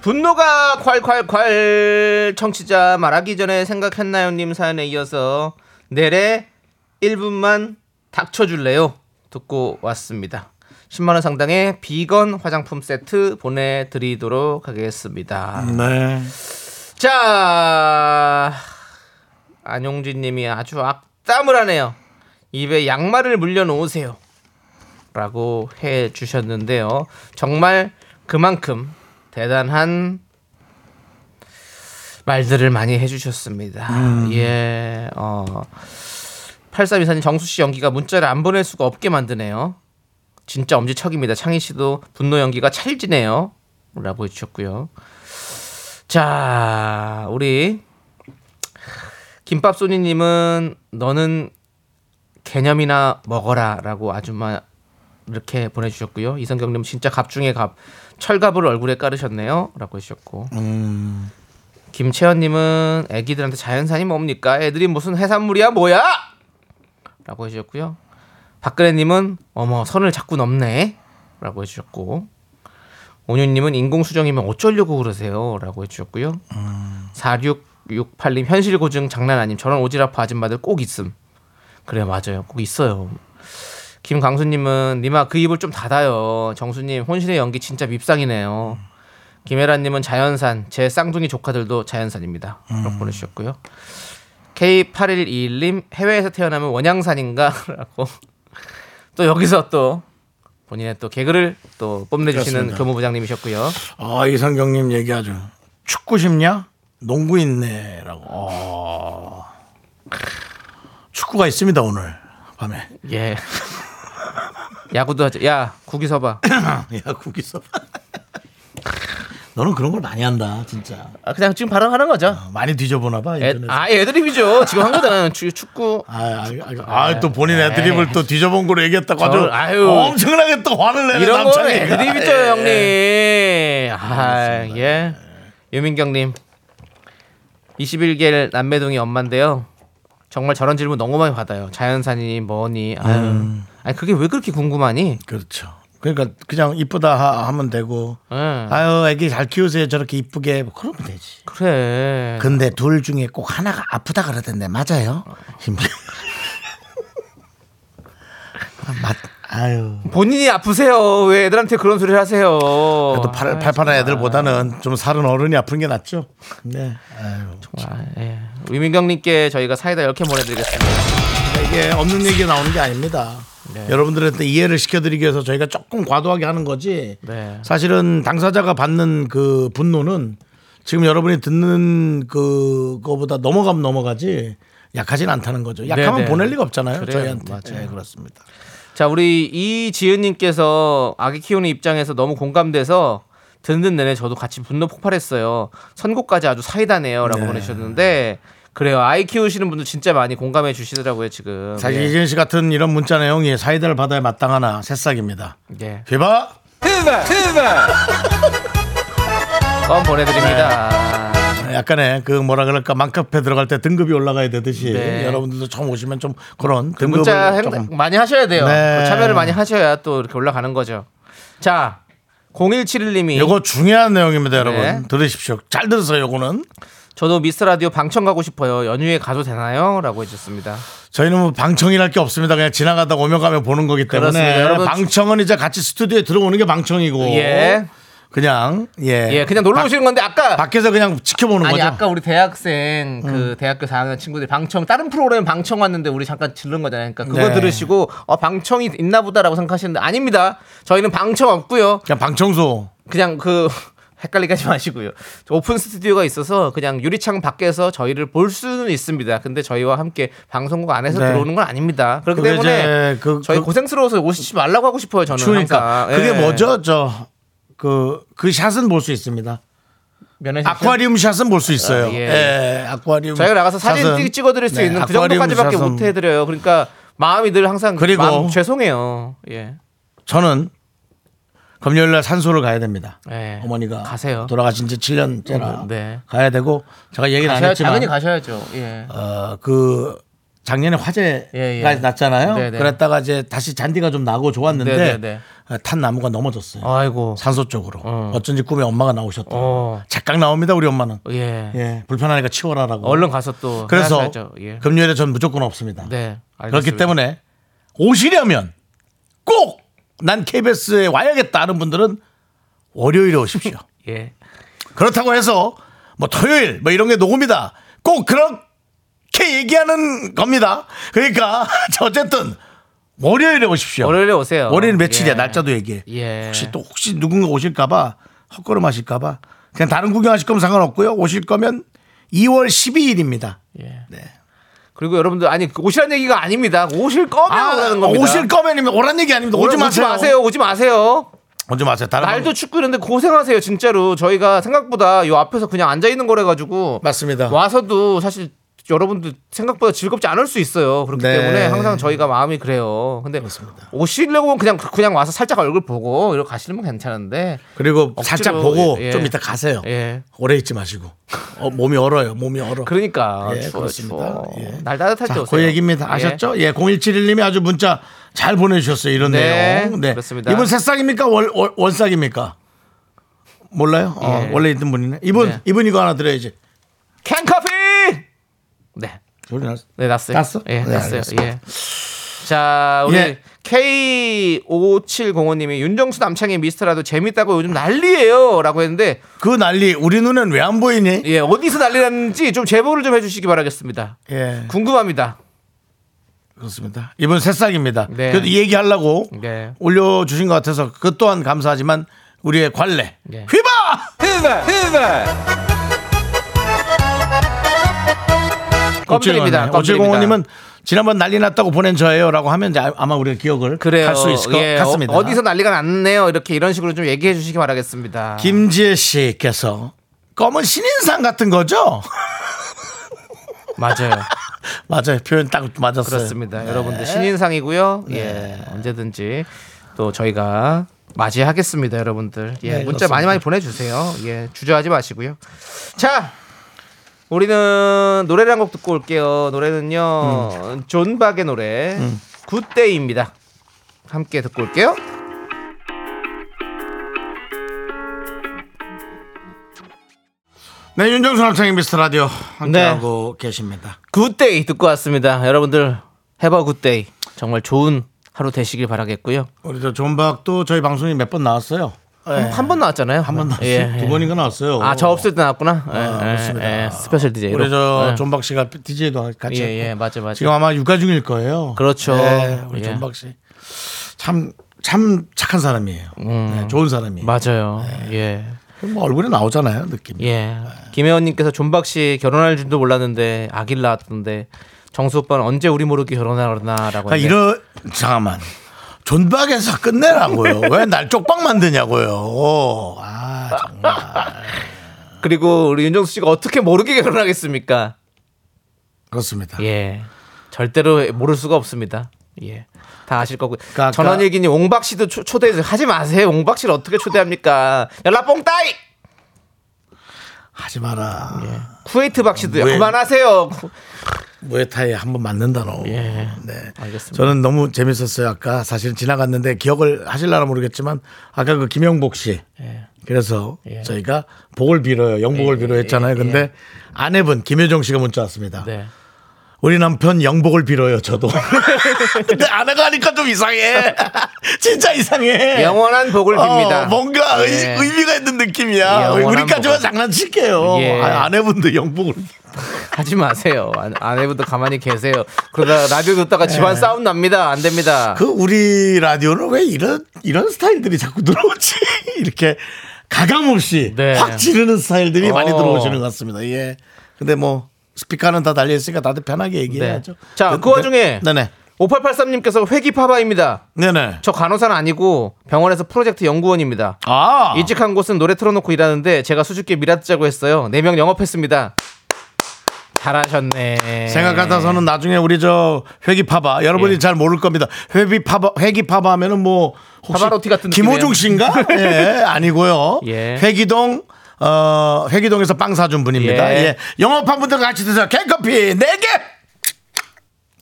분노가 콸콸콸 청취자 말하기 전에 생각했나요님 사연에 이어서 네, 내래 1분만 닥쳐줄래요 듣고 왔습니다 10만원 상당의 비건 화장품 세트 보내드리도록 하겠습니다
네.
자 안용진님이 아주 악담을 하네요. 입에 양말을 물려놓으세요. 라고 해 주셨는데요. 정말 그만큼 대단한 말들을 많이 해 주셨습니다. 예, 어. 8324님 정수 씨 연기가 문자를 안 보낼 수가 없게 만드네요. 진짜 엄지척입니다. 창희 씨도 분노 연기가 찰지네요. 라고 해주셨고요. 자, 우리 김밥소니님은 너는 개념이나 먹어라라고 아줌마 이렇게 보내주셨고요. 이성경님 진짜 갑 중에 갑 철갑을 얼굴에 깔으셨네요라고 해주셨고. 김채연님은 애기들한테 자연산이 뭡니까? 애들이 무슨 해산물이야 뭐야?라고 해주셨고요. 박근혜님은 어머 선을 자꾸 넘네라고 해주셨고. 온유님은 인공수정이면 어쩌려고 그러세요? 라고 해주셨고요. 4668님 현실고증 장난 아님. 저런 오지랖파 아줌마들 꼭 있음. 그래 맞아요. 꼭 있어요. 김강수님은 니마 그 입을 좀 닫아요. 정수님 혼신의 연기 진짜 밉상이네요. 김혜란님은 자연산 제 쌍둥이 조카들도 자연산입니다. 이렇게
음.
보내주셨고요. K8121님 해외에서 태어나면 원양산인가? 라고 또 여기서 또 본인의 또 개그를 또 뽐내주시는
그렇습니다.
교무부장님이셨고요.
아, 이성경님 얘기하죠. 축구 싶냐? 농구 있네. 라고. 어. 축구가 있습니다, 오늘. 밤에.
예. 야구도 하죠. 야, 구기 서봐.
야, 국이 써. 너는 그런 걸 많이 한다, 진짜.
아, 그냥 지금 바로 하는 거죠.
어, 많이 뒤져보나 봐,
애,
인터넷에.
아, 애드립이죠. 지금 한 거는 추- 축구.
아, 아, 아, 아, 또 본인 애드립을 또 뒤져본 걸로 얘기했다고 아주
저는, 아유.
엄청나게 또 화를 내는 예.
이런 건
남창이.
애드립이죠, 형님. 아, 예. 유민경님. 21개월 남매동이 엄마인데요. 정말 저런 질문 너무 많이 받아요. 자연산이 뭐니? 아유.
음.
아니 그게 왜 그렇게 궁금하니?
그렇죠. 그러니까 그냥 이쁘다 하- 하면 되고.
예.
아유, 애기 잘 키우세요. 저렇게 이쁘게. 뭐 그러면 되지.
그래.
근데 둘 중에 꼭 하나가 아프다 그러던데 맞아요? 힘들. 아, 맞. 아유.
본인이 아프세요. 왜 애들한테 그런 소리를 하세요?
그래도
어,
팔, 팔팔한 애들보다는 좀 살은 어른이 아픈 게 낫죠. 네. 아유.
아, 예. 유민경님께 저희가 사이다 10개 보내드리겠습니다.
이게 없는 얘기 나오는 게 아닙니다.
네.
여러분들한테 이해를 시켜드리기 위해서 저희가 조금 과도하게 하는 거지.
네.
사실은 당사자가 받는 그 분노는 지금 여러분이 듣는 그거보다 넘어가면 넘어가지 약하진 않다는 거죠. 약하면
네, 네.
보낼 리가 없잖아요.
그래요.
저희한테.
맞아요.
네, 그렇습니다.
자, 우리 이지은님께서 아기 키우는 입장에서 너무 공감돼서 듣는 내내 저도 같이 분노 폭발했어요. 선곡까지 아주 사이다네요. 라고 보내주셨는데, 그래요. 아이 키우시는 분들 진짜 많이 공감해 주시더라고요, 지금.
사실
예.
이지은 씨 같은 이런 문자 내용이 사이다를 받아야 마땅하나 새싹입니다.
예.
휘바
껌 보내드립니다.
네. 약간의 그 뭐라 그럴까 맘카페 들어갈 때 등급이 올라가야 되듯이
네.
여러분들도 처음 오시면 좀 그런
그
등급을
문자 행,
조금
많이 하셔야 돼요.
네.
그 참여를 많이 하셔야 또 이렇게 올라가는 거죠. 자, 0171님이.
요거 중요한 내용입니다, 여러분.
예. 네.
들으십시오. 잘 들으세요, 요거는.
저도 미스 라디오 방청 가고 싶어요. 연휴에 가도 되나요? 라고 해주셨습니다.
저희는 뭐 방청이랄 게 없습니다. 그냥 지나가다 오며 가며 보는 거기 때문에
그렇습니다, 여러분.
방청은 이제 같이 스튜디오에 들어오는 게 방청이고
예.
그냥 예.
예, 그냥 놀러
밖-
오시는 건데 아까
밖에서 그냥 지켜보는
아니
거죠. 음.
아까 우리 대학생 그 대학교 4학년 친구들이 방청 다른 프로그램 방청 왔는데 우리 잠깐 질른 거잖아요. 그러니까 그거
네.
들으시고 어, 방청이 있나 보다라고 생각하시는데 아닙니다. 저희는 방청 없고요.
그냥 방청소.
그냥 그 헷갈리게 하지 마시고요. 저 오픈 스튜디오가 있어서 그냥 유리창 밖에서 저희를 볼 수는 있습니다. 근데 저희와 함께 방송국 안에서
네.
들어오는 건 아닙니다. 그렇기
그게
때문에
이제 그-
저희
그-
고생스러워서 오시지 말라고 하고 싶어요. 저는
추우니까
항상. 예.
그게 뭐죠? 저 그 그 샷은 볼 수 있습니다.
면회
아쿠아리움 샷은 볼 수 있어요.
예. 아,
예.
예.
아쿠아리움.
저희가 나가서 사진
샷은.
찍- 찍어드릴 수
네,
있는 그
아쿠아리움
정도까지밖에
샷은
못 해드려요. 그러니까 마음이 늘 항상
그리고-
마음 죄송해요. 예.
저는 금요일 날 산소를 가야 됩니다.
예.
어머니가
가세요.
돌아가신 지 7년째라
네.
가야 되고 제가 얘기는 안
가셔야,
했지만
당연히 가셔야죠. 예.
어, 그 작년에 화재가
예, 예.
났잖아요.
네네.
그랬다가 이제 다시 잔디가 좀 나고 좋았는데
네네네.
어, 탄 나무가 넘어졌어요.
아이고.
산소 쪽으로. 어. 쩐지 꿈에 엄마가 나오셨다.
어.
작각 나옵니다 우리 엄마는.
예.
예, 불편하니까 치워라라고.
얼른 가서 또
그래서
해야죠. 예.
금요일에 전 무조건 없습니다.
네.
그렇기
알겠습니다.
때문에 오시려면 꼭 난 KBS에 와야겠다 하는 분들은 월요일에 오십시오.
예.
그렇다고 해서 뭐 토요일 뭐 이런 게 녹음이다. 꼭 그렇게 얘기하는 겁니다. 그러니까 자, 어쨌든 월요일에 오십시오.
월요일에 오세요.
월요일 며칠이야
예.
날짜도 얘기해.
예.
혹시 또 혹시 누군가 오실까봐 헛걸음 하실까봐 그냥 다른 구경하실 거면 상관없고요. 오실 거면 2월 12일입니다. 네.
예. 그리고 여러분들 아니 그 오시란 얘기가 아닙니다. 그 오실 거면 오라는 겁니다.
오실 거면이면 오란 얘기 아닙니다. 오지
오지
마세요.
마세요. 오지 마세요.
오지 마세요. 다른
날도
방-
춥고 이런데 고생하세요 진짜로 저희가 생각보다 요 앞에서 그냥 앉아 있는 거래 가지고
맞습니다.
와서도 사실 여러분들 생각보다 즐겁지 않을 수 있어요 그렇기
네.
때문에 항상 저희가 마음이 그래요 근데 오시려고 그냥 그냥 와서 살짝 얼굴 보고 이렇게 가시는 건 괜찮은데
그리고
억지로-
살짝 보고
예, 예.
좀 이따 가세요.
예
오래 있지 마시고 어, 몸이 얼어요. 몸이 얼어.
그러니까
예,
추워,
그렇습니다.
추워.
예.
날 따뜻할 때
자,
오세요
그 얘기입니다. 아셨죠? 예, 01711님이 아주 문자 잘 보내주셨어요. 이런
네,
내용.
그렇습니다.
이분 새싹입니까? 월, 월, 원싹입니까? 몰라요? 어,
예.
원래 있던 분이네. 이분,
네.
이분 이거 하나 드려야지.
캔커피 네
소리 났어.
네, 났어요.
났어?
예,
네,
났어요.
알겠습니다.
예. 자, 우리
예.
K5705님이 윤정수 남창의 미스터라도 재밌다고 요즘 난리예요. 라고 했는데,
그 난리 우리 눈엔 왜 안 보이니?
예, 어디서 난리 났는지 좀 제보를 좀 해주시기 바라겠습니다.
예.
궁금합니다.
그렇습니다. 이분 새싹입니다.
네.
그래도 이 얘기하려고
네.
올려주신 것 같아서 그 또한 감사하지만 우리의 관례.
네.
휘바!
껌들입니다.
오칠공호님은 지난번 난리 났다고 보낸 저예요라고 하면 이제 아- 아마 우리가 기억을
그래요.
할 수 있을 것
예,
같습니다.
어, 어디서 난리가 났네요. 이렇게 이런 식으로 좀 얘기해 주시기 바라겠습니다.
김지혜 씨께서 아. 검은 신인상 같은 거죠?
맞아요.
맞아요. 표현 딱 맞았어요.
그렇습니다.
네.
여러분들 신인상이고요. 예. 언제든지 또 저희가 맞이하겠습니다, 여러분들. 예.
네,
문자
그렇습니다.
많이 많이 보내 주세요. 예. 주저하지 마시고요. 자. 우리는 노래를 한 곡 듣고 올게요.
음.
노래는요. 존 박의 노래 굿데이입니다. 함께 듣고 올게요.
네, 윤정수 남창의 미스터 라디오
네,
함께하고 계십니다.
굿데이 듣고 왔습니다. 여러분들 해봐 굿데이. 정말 좋은 하루 되시길 바라겠고요.
우리 저 존박도 저희 방송이 몇 번 나왔어요.
네. 한 번 나왔잖아요.
한 번 나왔어요.
예,
두
예.
번인가 나왔어요.
아 저 없을 때 나왔구나. 예, 예,
그렇습니다.
예, 스페셜 DJ로.
우리 저 존박 씨가 DJ도 같이
예, 예,
했고.
맞아, 맞아.
지금 아마 육아 중일 거예요.
그렇죠.
네, 우리
예.
존박 씨. 참, 참 착한 사람이에요. 네, 좋은 사람이에요.
음. 맞아요.
뭐 얼굴에 나오잖아요, 느낌.
예. 예. 김혜원님께서 존박 씨 결혼할 줄도 몰랐는데 아기를 낳았던데 정수 오빠는 언제 우리 모르게 결혼하려나라고.
그러니까 이런 잠깐만. 존박에서 끝내라고요. 왜 날 쪽박 만드냐고요. 아, 정말.
그리고 우리 윤정수 씨가 어떻게 모르게 결혼하겠습니까?
그렇습니다.
예. 절대로 모를 수가 없습니다. 예. 다그 아실 거고.
아까-
전원일기님 옹박 씨도 초, 초대해 하지 마세요. 옹박 씨를 어떻게 초대합니까? 연락 뽕 따이.
하지 마라.
예. 쿠웨이트 박 씨도
왜?
그만하세요.
무에타이 한번 맞는다 너.
예.
네.
알겠습니다.
저는 너무 재밌었어요. 아까 사실은 지나갔는데 기억을 하실라나 모르겠지만 아까 그 김영복 씨.
예.
그래서 저희가 복을 빌어요. 영복을 빌어 했잖아요. 근데 아내분 김효정 씨가 문자 왔습니다.
예, 네.
우리 남편 영복을 빌어요, 저도. 근데 아내가 하니까 좀 이상해. 진짜 이상해.
영원한 복을
어,
빕니다.
뭔가 의,
예.
미가 있는 느낌이야.
영원한
우리까지만
복을.
장난칠게요.
예.
아, 아내분도 영복을.
하지 마세요. 안- 아내분도 가만히 계세요. 그러다 라디오 듣다가 집안 싸움 납니다. 안 됩니다.
그 우리 라디오는 왜 이런 이런 스타일들이 자꾸 들어오지? 이렇게 가감 없이
네.
확 지르는 스타일들이 많이
어.
들어오시는 것 같습니다. 예. 근데 뭐 스피커는 다 달려 있으니까 다들 편하게 얘기해야죠.
네. 자,
네,
그 와중에
네, 네.
5883님께서 회기파바입니다.
네, 네.
저 간호사는 아니고 병원에서 프로젝트 연구원입니다.
아.
이직한 곳은 노래 틀어놓고 일하는데 제가 수줍게 미라 듣자고 했어요. 네 명 영업했습니다. 잘하셨네.
생각 같아서는 나중에 우리 저 회기 파바 여러분이
예.
잘 모를 겁니다. 회비 파바 회기 파바 하면은 뭐 혹시
파바로티 같은
김호중 씨인가? 예, 아니고요.
예.
회기동 어 회기동에서 빵 사준 분입니다.
예.
예. 영업한 분들 같이 드세요. 캔커피 네 개.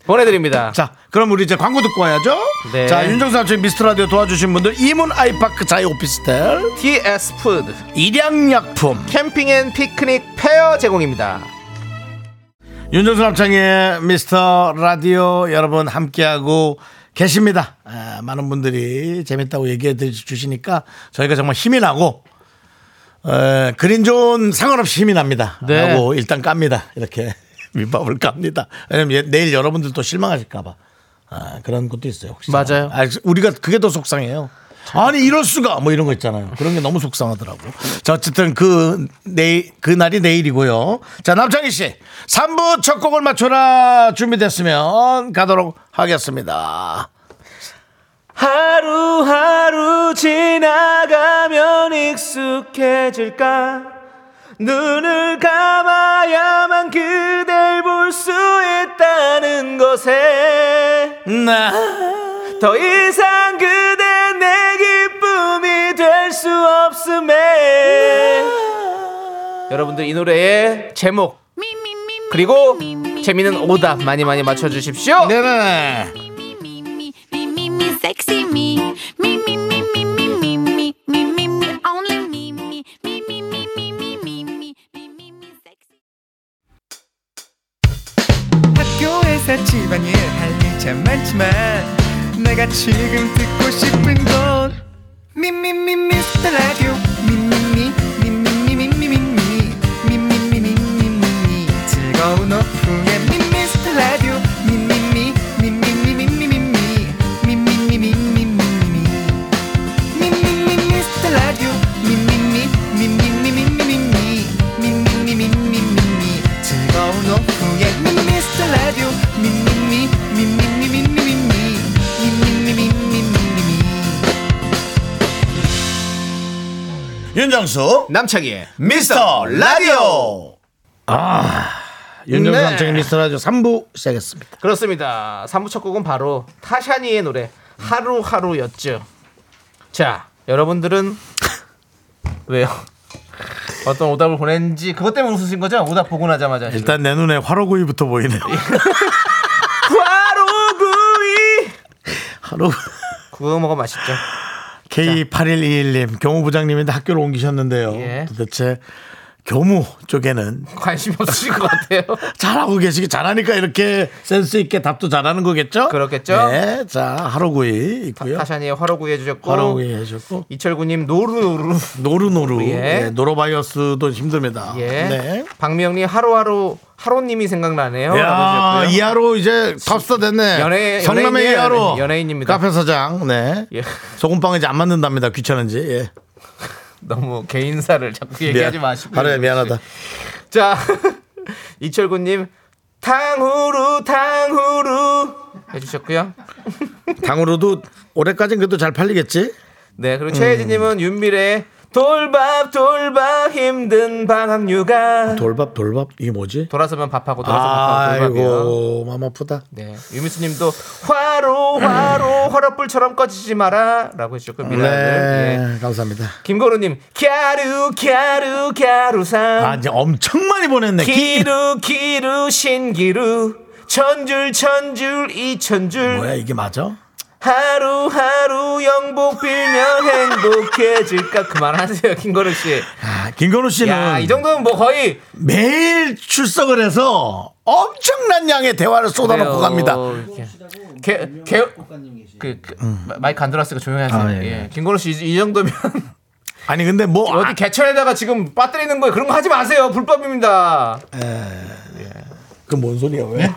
보내드립니다.
자, 그럼 우리 이제 광고 듣고 와야죠.
네.
자, 윤정수 아침 미스터 라디오 도와주신 분들 이문 아이파크 자이 오피스텔
TS 푸드
일양약품
캠핑 앤 피크닉 페어 제공입니다.
윤정수 남창의 미스터 라디오 여러분 함께하고 계십니다. 아, 많은 분들이 재밌다고 얘기해 드리- 주시니까 저희가 정말 힘이 나고 에, 그린 존 상관없이 힘이 납니다.
네.
하고 일단 깝니다. 이렇게 밑밥을 깝니다. 왜냐면 얘- 내일 여러분들 또 실망하실까봐 아, 그런 것도 있어요. 혹시
맞아요.
아, 우리가 그게 더 속상해요. 아니 이럴 수가 뭐 이런 거 있잖아요. 그런 게 너무 속상하더라고. 자 어쨌든 그 내일 그 날이 내일이고요. 자 남창희 씨 3부 첫 곡을 맞춰라 준비됐으면 가도록 하겠습니다.
하루하루 지나가면 익숙해질까 눈을 감아야만 그댈 볼 수 있다는 것에
네. 나
더 이상 그대 내 기쁨이 될 수 없음에 여러분들 이 노래의 제목 그리고 재미있는 오답 많이 많이 맞춰주십시오
네네.
학교에서 집안일 할 일 참 많지만 내가 지금 듣고 싶은 건 미미미 미스터 라디오 미미미 미미미 미미미 미미미 미미미 미미미 즐거운 오후에 미스터 라디오 미미미 미미미 미미미 미미미 미미미 미미미
윤정수
남창희의
미스터 라디오. 아 윤정수
네.
남창희 미스터 라디오 3부 시작했습니다.
그렇습니다. 3부 첫 곡은 바로 타샤니의 노래 하루하루였죠. 자, 여러분들은 왜요? 어떤 오답을 보낸지 그것 때문에 웃으신 거죠? 오답 보고 나자마자 지금.
일단 내 눈에 화로구이부터 보이네요.
화로구이
화로
그거 먹어 맛있죠.
K8121님 경호부장님인데 학교를 옮기셨는데요.
예.
도대체 교무 쪽에는
관심 없으신 것 같아요.
잘하고 계시기 잘하니까 이렇게 센스 있게 답도 잘하는 거겠죠?
그렇겠죠?
네, 자 하루구이 있고요.
타샤니의 화로구이 해주셨고
하루구이 해주고
이철구님 노루노루
노루노루
예.
예, 노로바이어스도 힘듭니다.
예.
네.
박미영님 하루하루 하로님이 생각나네요. 라고
야
해주셨고요.
이하로 이제 탑스타 됐네.
연예-
성남의
연예인이에요,
이하로
연예인입니다.
카페 사장. 네.
예.
소금빵 이제 안 맞는답니다. 귀찮은지. 예.
너무 개인사를 자꾸 얘기하지
미안.
마시고
하루야 미안하다.
자 이철구님 탕후루 탕후루 해주셨고요.
당으로도 올해까지는 그래도 잘 팔리겠지?
네 그리고 최혜진님은 윤미래 돌밥 돌밥 힘든 방학휴가
돌밥 돌밥 이게 뭐지?
돌아서면 밥하고 돌아서 밥하고 돌밥이요.
아이고 마음 아프다.
네 유미수님도 화로 화로 화로불처럼 꺼지지 마라라고 해주셨고 미라를 예.
네 감사합니다.
김건우님 갸루 갸루 갸루상
아 이제 엄청 많이 보냈네. 기...
기루 기루 신기루 천줄 천줄 이천줄
뭐야 이게 맞아?
하루하루 영복 빌면 행복해질까 그만하세요 김건우 씨.
아, 김건우 씨는
야 이 정도면 뭐 거의
매일 출석을 해서 엄청난 양의 대화를
네, 어,
쏟아놓고 갑니다.
개개그 그, 마- 마이크 안 들어왔으니까 조용히 하세요.
음. 아, 예,
예. 김건우 씨 이 정도면
아니 근데 뭐
어디 개천에다가 지금 빠뜨리는 거예요. 그런 거 하지 마세요. 불법입니다.
그뭔 소리야 왜?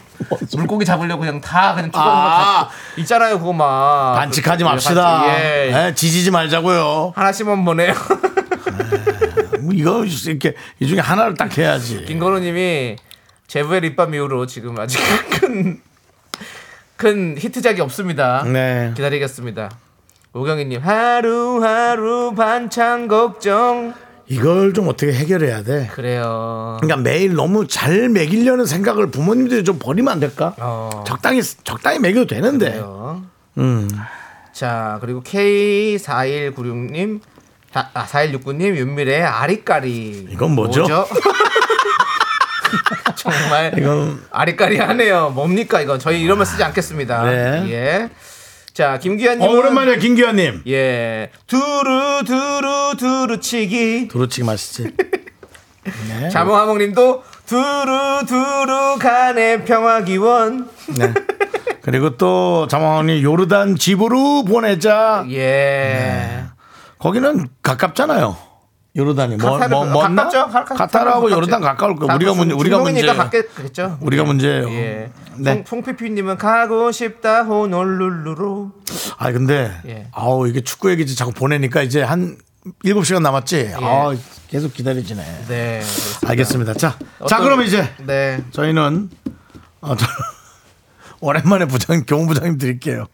물고기 잡으려고 그냥 다 그냥 죽어서
아.
다 있잖아요 그거만.
반칙하지
예,
맙시다.
반칙, 예.
예, 지지지 말자고요.
하나씩만 보내요.
뭐 이거 이렇게 이 중에 하나를 딱 해야지.
김건우님이 제부의 립밤 이후로 지금 아직 큰, 큰 히트작이 없습니다.
네.
기다리겠습니다. 오경희님 하루하루 반찬 걱정.
이걸 좀 어떻게 해결해야 돼?
그래요.
그러니까 매일 너무 잘 먹이려는 생각을 부모님들이 좀 버리면 안 될까?
어.
적당히 적당히 먹여도 되는데.
음. 자 그리고 K4196님. 아, 4169님, 윤미래의 아리까리.
이건 뭐죠?
정말.
이건
아리까리하네요. 뭡니까 이건 저희 이런 말 쓰지 않겠습니다.
네.
예. 자 김기현님
어, 오랜만에 김기현님.
예 두루 두루 두루치기
도로치기 맛있지. 네.
자몽하몽님도 두루 두루 간의 평화 기원
네. 그리고 또 자몽이 요르단 집으로 보내자.
예.
네. 거기는 가깝잖아요. 요르단이 뭐,
카타르-
먼나?
가깝죠? 카- 카-
카타르하고
가깝죠.
요르단 가까울 거.
다
우리가
중-
문제 우리가 문제.
중동이니까 갔겠죠.
우리가 문제예요.
예.
네.
송피피님은 가고 싶다 호놀룰루로
아 근데
예.
아우 이게 축구 얘기지 자꾸 보내니까 이제 한 7시간 남았지.
예.
아 계속 기다려지네.
네.
알겠습니다. 자. 자
어떤-
그럼 이제
네.
저희는 어, 저- 오랜만에 부장 경호부장님 드릴게요.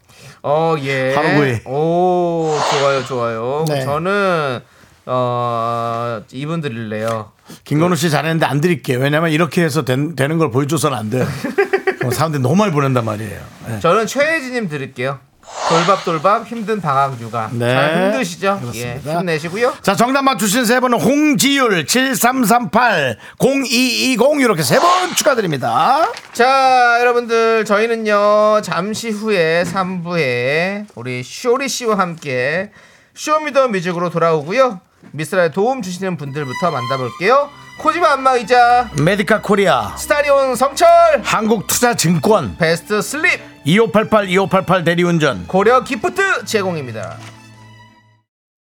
어, 예.
하루구이.
오, 좋아요, 좋아요.
네.
저는 어, 이분 드릴래요.
김건우 씨 잘했는데 안 드릴게요. 왜냐면 이렇게 해서 된- 되는 걸 보여줘서는 안 돼요. 그럼 사람들이 너무 많이 보낸단 말이에요. 네.
저는 최혜진님 드릴게요. 돌밥 돌밥 힘든 방학 육아.
네.
잘 힘드시죠?
그렇습니다.
예, 힘내시고요.
자, 정답 맞추신 세 분은 홍지율 7338 0220 이렇게 세 번 축하드립니다.
자, 여러분들 저희는요 잠시 후에 3부에 우리 쇼리 씨와 함께 쇼미더 뮤직으로 돌아오고요. 미스라에 도움 주시는 분들부터 만나볼게요. 코지마 안마의자,
메디카 코리아
스타리온 성철,
한국투자증권
베스트 슬립,
2588 2588 대리운전
고려 기프트 제공입니다.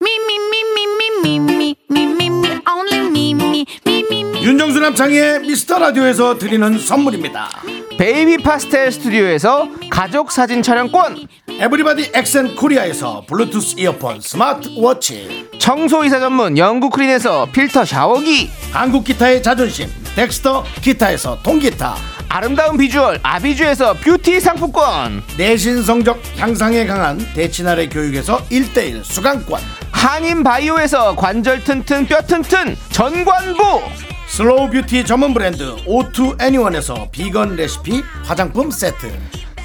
Me, me, me, me, me, me, me, me, me, me, only me, me, me, me, me.
윤정수 남창의 미스터 라디오에서 드리는 선물입니다.
베이비 파스텔 스튜디오에서 가족 사진 촬영권,
에브리바디 엑센 코리아에서 블루투스 이어폰 스마트워치
청소 이사 전문 영국 크린에서 필터 샤워기,
한국 기타의 자존심 덱스터 기타에서 통기타
아름다운 비주얼 아비주에서 뷰티 상품권,
내신 성적 향상에 강한 대치나래 교육에서 일대일 수강권
한인 바이오에서 관절 튼튼 뼈 튼튼 전관부,
슬로우 뷰티 전문 브랜드 오투 애니원에서 비건 레시피 화장품 세트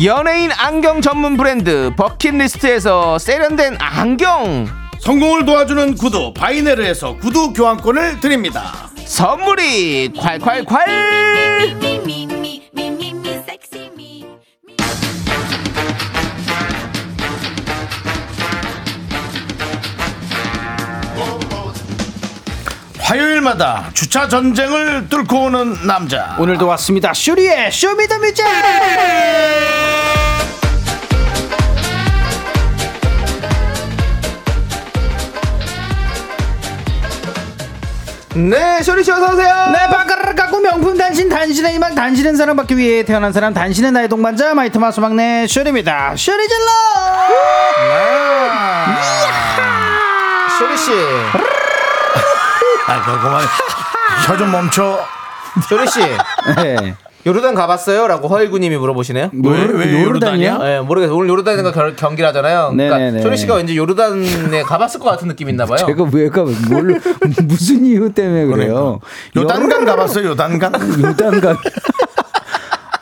연예인 안경 전문 브랜드 버킷리스트에서 세련된 안경,
성공을 도와주는 구두 바이네르에서 구두 교환권을 드립니다
선물이 콸콸콸!
Me, me, me, me, me, me, sexy me.
화요일마다 주차 전쟁을 뚫고 오는 남자
오늘도 왔습니다. 슈리의 쇼미더뮤직. 네, 쇼리 씨 어서 오세요.
네, 바가락 갖고 명품 단신, 단신의 희망, 단신은 사랑받기 위해 태어난 사람, 단신은 나의 동반자, 마이트마스 막내 슈리입니다. 슈리 질러!
쇼리 씨,
아 그거 그만 혀 좀 멈춰
쇼리 씨,
네.
요르단 가봤어요?라고 허일구님이 물어보시네요.
왜, 왜 요르단이야?
예, 모르겠어. 요 오늘 요르단과 결, 경기를 하잖아요. 그러니까
네네네.
쇼리 씨가 왠지 요르단에 가봤을 것 같은 느낌이 있나 봐요.
제가 왜 가, 뭘, 무슨 이유 때문에 그래요?
요단간 가봤어요 요단간
요단간. 그러니까.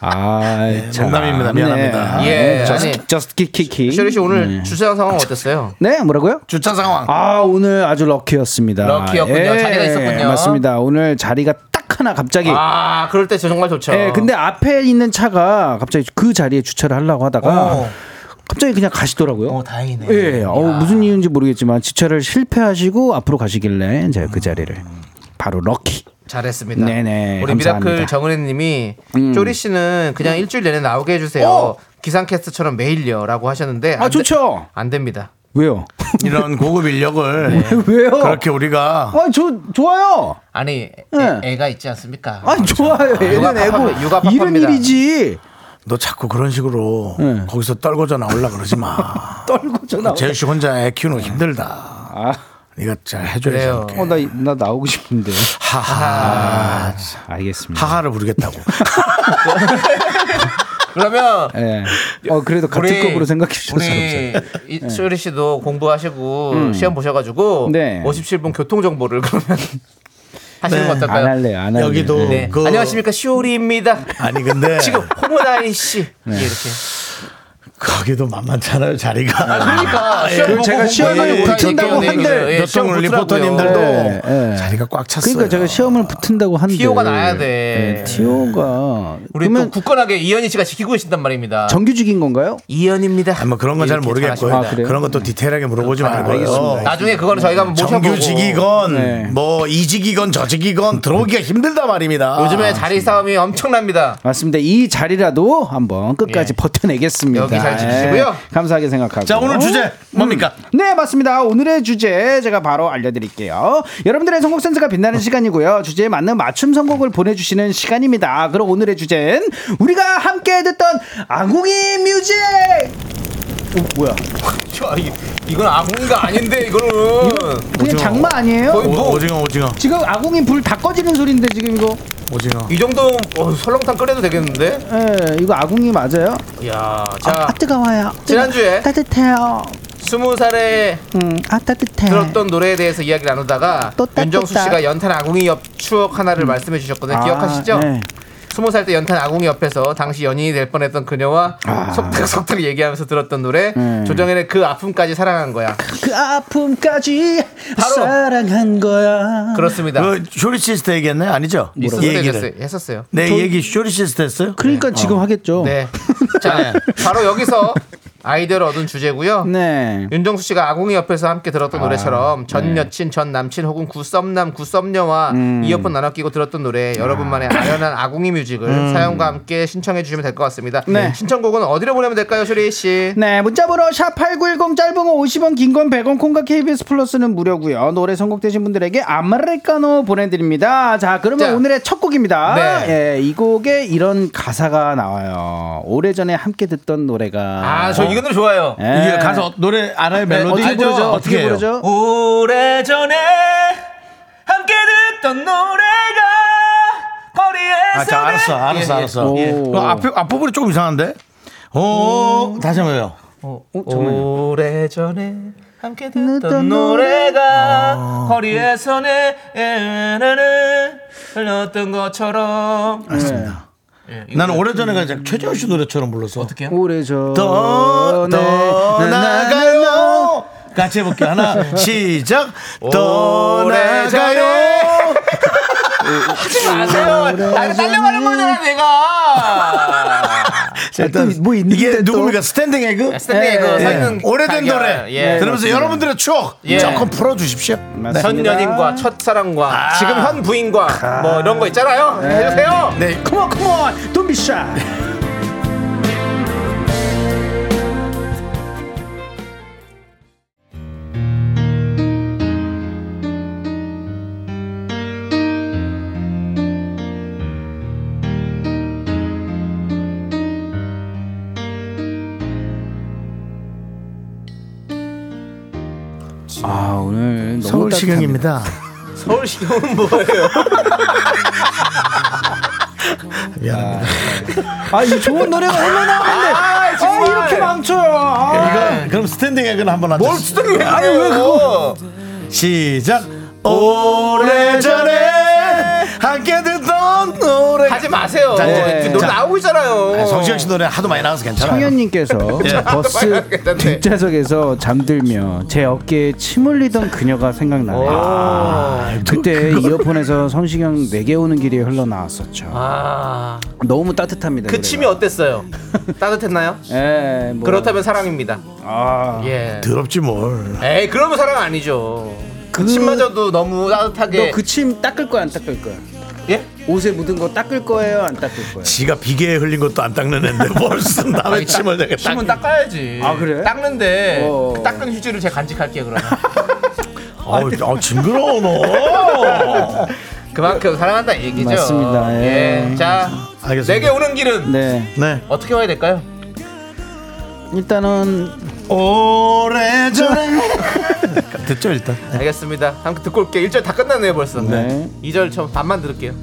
아, 참.
농담입니다.
네.
미안합니다.
예,
저스-
아니.
저스트 키키키.
쇼리 씨 오늘
네.
주차 상황 어땠어요?
네, 뭐라고요?
주차 상황
아 오늘 아주 럭키였습니다.
럭키였군요. 자리가 있었군요.
맞습니다. 오늘 자리가 딱 하나 갑자기.
아, 그럴 때 정말 좋죠.
예, 근데 앞에 있는 차가 갑자기 그 자리에 주차를 하려고 하다가 갑자기 그냥 가시더라고요.
어, 다행이네.
예, 어, 무슨 이유인지 모르겠지만 지체를 실패하시고 앞으로 가시길래 제가 그 자리를 바로 럭키.
잘했습니다.
네네,
우리
감사합니다. 음.
미라클 정은혜님이 쪼리 씨는 그냥 일주일 내내 나오게 해주세요.
어!
기상캐스트처럼 매일요라고 하셨는데 안
아
되-
좋죠.
안 됩니다.
왜요?
이런 고급
네.
인력을
왜요?
그렇게
어?
우리가
아, 저 좋아요.
아니
네.
애, 가 있지 않습니까?
아, 좋아요.
육아
애는
팍팍- 육아
애고 이런
팍팍합니다.
일이지.
너 자꾸 그런 식으로
네.
거기서 떨궈져 나올라 그러지 마.
떨고 전화.
재유 씨 혼자 애 키우는 거 힘들다.
아,
네가 잘
그래요.
해줘야 지
어, 나, 나 나오고 싶은데.
하하
알겠습니다.
하하를 부르겠다고.
그러면
예. 어, 그래도 같은 급으로 생각해 주셔서 감사해요.
우리 이 쪼리 씨도 공부하시고 시험 보셔가지고
네.
57분 교통 정보를 그러면 하시는 거
안
어떨까요?
할래요. 안 할래요.
여기도
네.
그 네.
안녕하십니까 시오리입니다.
아니 근데
지금 홍은아이 씨
네.
이렇게.
거기도 만만찮아요 자리가.
그러니까 시험
그리고
보고
제가
공부해야
시험을
되는
못 친다고
거예요.
한들
예, 시험
교통
보더라고요. 네.
리포터님들도
예, 예.
자리가 꽉 찼어요.
그러니까 제가 시험을 붙은다고 한데
티오가 나야 돼.
네, 티오가
우리
그러면
또 굳건하게 예, 이현희 씨가 지키고 계신단 말입니다.
정규직인 건가요?
이현입니다.
아마 뭐 그런 건 잘
이렇게
모르겠고요.
잘하십니다.
아, 그래요?
그런 것도 디테일하게
아,
물어보지 말고요.
나중에 그거는 저희가 한번 모셔보고
정규직이건
네.
뭐 이직이건 저직이건 들어오기가 힘들다 말입니다.
요즘에 자리 싸움이 엄청납니다.
맞습니다. 이 자리라도 한번 끝까지
예.
버텨내겠습니다.
여기 잘
예,
지키시고요.
감사하게 생각하고.
자 오늘 주제 뭡니까?
네 맞습니다 오늘의 주제 제가 바로 알려드릴게요 여러분들의 선곡 센스가 빛나는 시간이고요 주제에 맞는 맞춤 선곡을 보내주시는 시간입니다 그럼 오늘의 주제는 우리가 함께 듣던 아궁이 뮤직 어, 뭐야
저, 이- 이건 아궁이가 아닌데 이거는
그냥 장마 아니에요?
거의
오,
뭐
오징어 오징어
지금 아궁이 불 다 꺼지는 소리인데 지금 이거
오징어.
이 정도 어, 설렁탕 끓여도 되겠는데?
예 이거 아궁이 맞아요?
야, 자
아 뜨거워요
지난주에
따뜻해요
스무 살에
음아 따뜻해
들었던 노래에 대해서 이야기를 나누다가
네. 또 딱,
윤정수
또 딱.
씨가 연탄 아궁이 옆 추억 하나를 말씀해 주셨거든요.
아,
기억하시죠?
네.
스무 살 때 연탄 아궁이 옆에서 당시 연인이 될 뻔했던 그녀와 속닥속닥 얘기하면서 들었던 노래
음.
조정현의 그 아픔까지 사랑한 거야.
그 아픔까지
바로.
사랑한 거야
그렇습니다.
그 쇼리 시스터 얘기했나요? 아니죠? 이
있었을 때
얘기를
됐어요. 했었어요.
내 얘기 쇼리 시스터 했어요?
그러니까 지금 하겠죠
네. 자, 바로 여기서 아이디어를 얻은 주제고요.
네.
윤정수 씨가 아궁이 옆에서 함께 들었던 노래처럼
네.
전 여친, 전 남친 혹은 구썸남, 구썸녀와
음.
이어폰 나눠 끼고 들었던 노래 여러분만의 아련한 아궁이 뮤직을
음.
사연과 함께 신청해 주시면 될 것 같습니다.
네.
신청곡은 어디로 보내면 될까요, 쇼리 씨?
네, 문자번호 샵8910 짧은 거 50원, 긴 건 100원, 콩과 KBS 플러스는 무료고요. 노래 선곡되신 분들에게 아메리카노 보내드립니다. 자, 그러면
자.
오늘의 첫 곡입니다.
네.
예, 이 곡에 이런 가사가 나와요. 오래전에 함께 듣던 노래가.
아, 저 이거 노래 좋아요.
예.
이게 가서 노래 알아요 멜로디?
어떻게 부르죠?
알죠?
어떻게
해요?
부르죠?
오래전에 함께 듣던 노래가 거리에서
아,
네.
자, 알았어, 알았어,
예, 예.
알았어.
예.
그 앞에 앞부분이 조금 이상한데. 오, 다시 한번요. 어,
오래전에 함께 듣던
아.
노래가 거리에서 내 에나는 흘렀던 것처럼
네. 알겠습니다.
예,
나는 오래전에 그냥 최재훈 씨 노래처럼 불러서 어떻게
오래전에. 네.
더, 더 나가요. 같이 해볼게요. 하나, 시작. 떠나가요.
하지 마세요. 아니 딸려가는 거잖아 내가.
일단
또 뭐 있는데
이게
또?
누굽니까? 스탠딩 에그?
스탠딩 그
예.
사는
오래된
가결.
노래
예.
들으면서 여러분들의 추억
예.
조금 풀어주십시오.
전 연인과 첫사랑과 지금 현 부인과 뭐 이런 거 있잖아요. 해주세요.
네,
컴온, 컴온. Don't be shy. 아 오늘 너무 따뜻합니다.
서울시경입니다.
서울시경은 뭐예요?
미안합니다.
아, 이 좋은 노래가 얼마나 많은데.
아,
아,
정말.
이렇게 망쳐요. 아.
예.
이건 그럼 스탠딩 에그는 한번 하죠.
뭘 스탠딩 아니 왜 그거?
시작. 오래전에 함께 듣던 노래.
하지 마세요.
자, 이제,
지금
자.
노래 나오고 있잖아요.
아니, 성시경 씨 노래 하도 많이 나와서 괜찮아요.
청현님께서 버스
예. 괜찮네.
뒷좌석에서 잠들며 제 어깨에 침 흘리던 그녀가 생각나네요. 아, 그때 이어폰에서 성시경 내게 오는 길이 흘러나왔었죠.
아,
너무 따뜻합니다.
그
노래가.
침이 어땠어요? 따뜻했나요?
예, 뭐.
그렇다면 사랑입니다.
아,
예.
더럽지 뭘.
에이, 그러면 사랑 아니죠.
뭐
그
그-
침마저도 너무 따뜻하게.
너 그 침 닦을 거야 안 닦을 거야?
예?
옷에 묻은 거 닦을 거예요 안 닦을 거예요?
지가 비계에 흘린 것도 안 닦는 애인데 뭘 쓴 다음에 침을 내게 딱.
침은 닦아야지.
아, 그래?
닦는데
어.
그 닦은 휴지를 제가 간직할게요 그러면.
어우, 어, 징그러워 너.
그만큼 사랑한다 는 얘기죠.
맞습니다. 예.
자,
알겠습니다.
내게 오는 길은
네,
네.
어떻게 와야 될까요?
일단은
오래전에 듣죠 일단.
알겠습니다. 한번 듣고 올게요. 1절 다 끝났네요 벌써.
네.
2절 처음 반만 들을게요.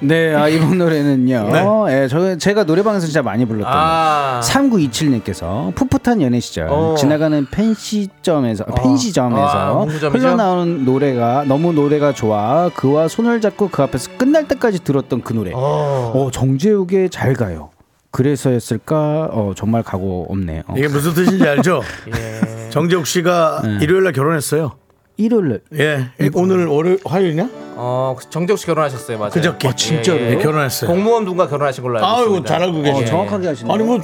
네, 아, 이번 노래는요. 예, 저 제가 노래방에서 진짜 많이 불렀던
네. 아.
3927님께서 풋풋한 연애 시절
어.
지나가는 펜시점에서
아,
펜시점에서
문구점이죠?
흘러나오는 노래가 너무 노래가 좋아 그와 손을 잡고 그 앞에서 끝날 때까지 들었던 그 노래. 어,
어.
정재욱의 잘 가요. 그래서였을까? 어, 정말 각오 없네요.
예.
이게 무슨 뜻인지 알죠? 정재욱 씨가
네.
일요일 날 결혼했어요.
일요일
예. 오늘 월요 화요일이냐?
어, 정재욱 씨 결혼하셨어요, 맞아요.
그저께. 아,
진짜로?
예, 결혼했어요.
공무원 분과 결혼하신 걸로 알고
아이고
있습니다. 예.
잘 알고
어,
계시네.
정확하게 하시네.
아니 뭐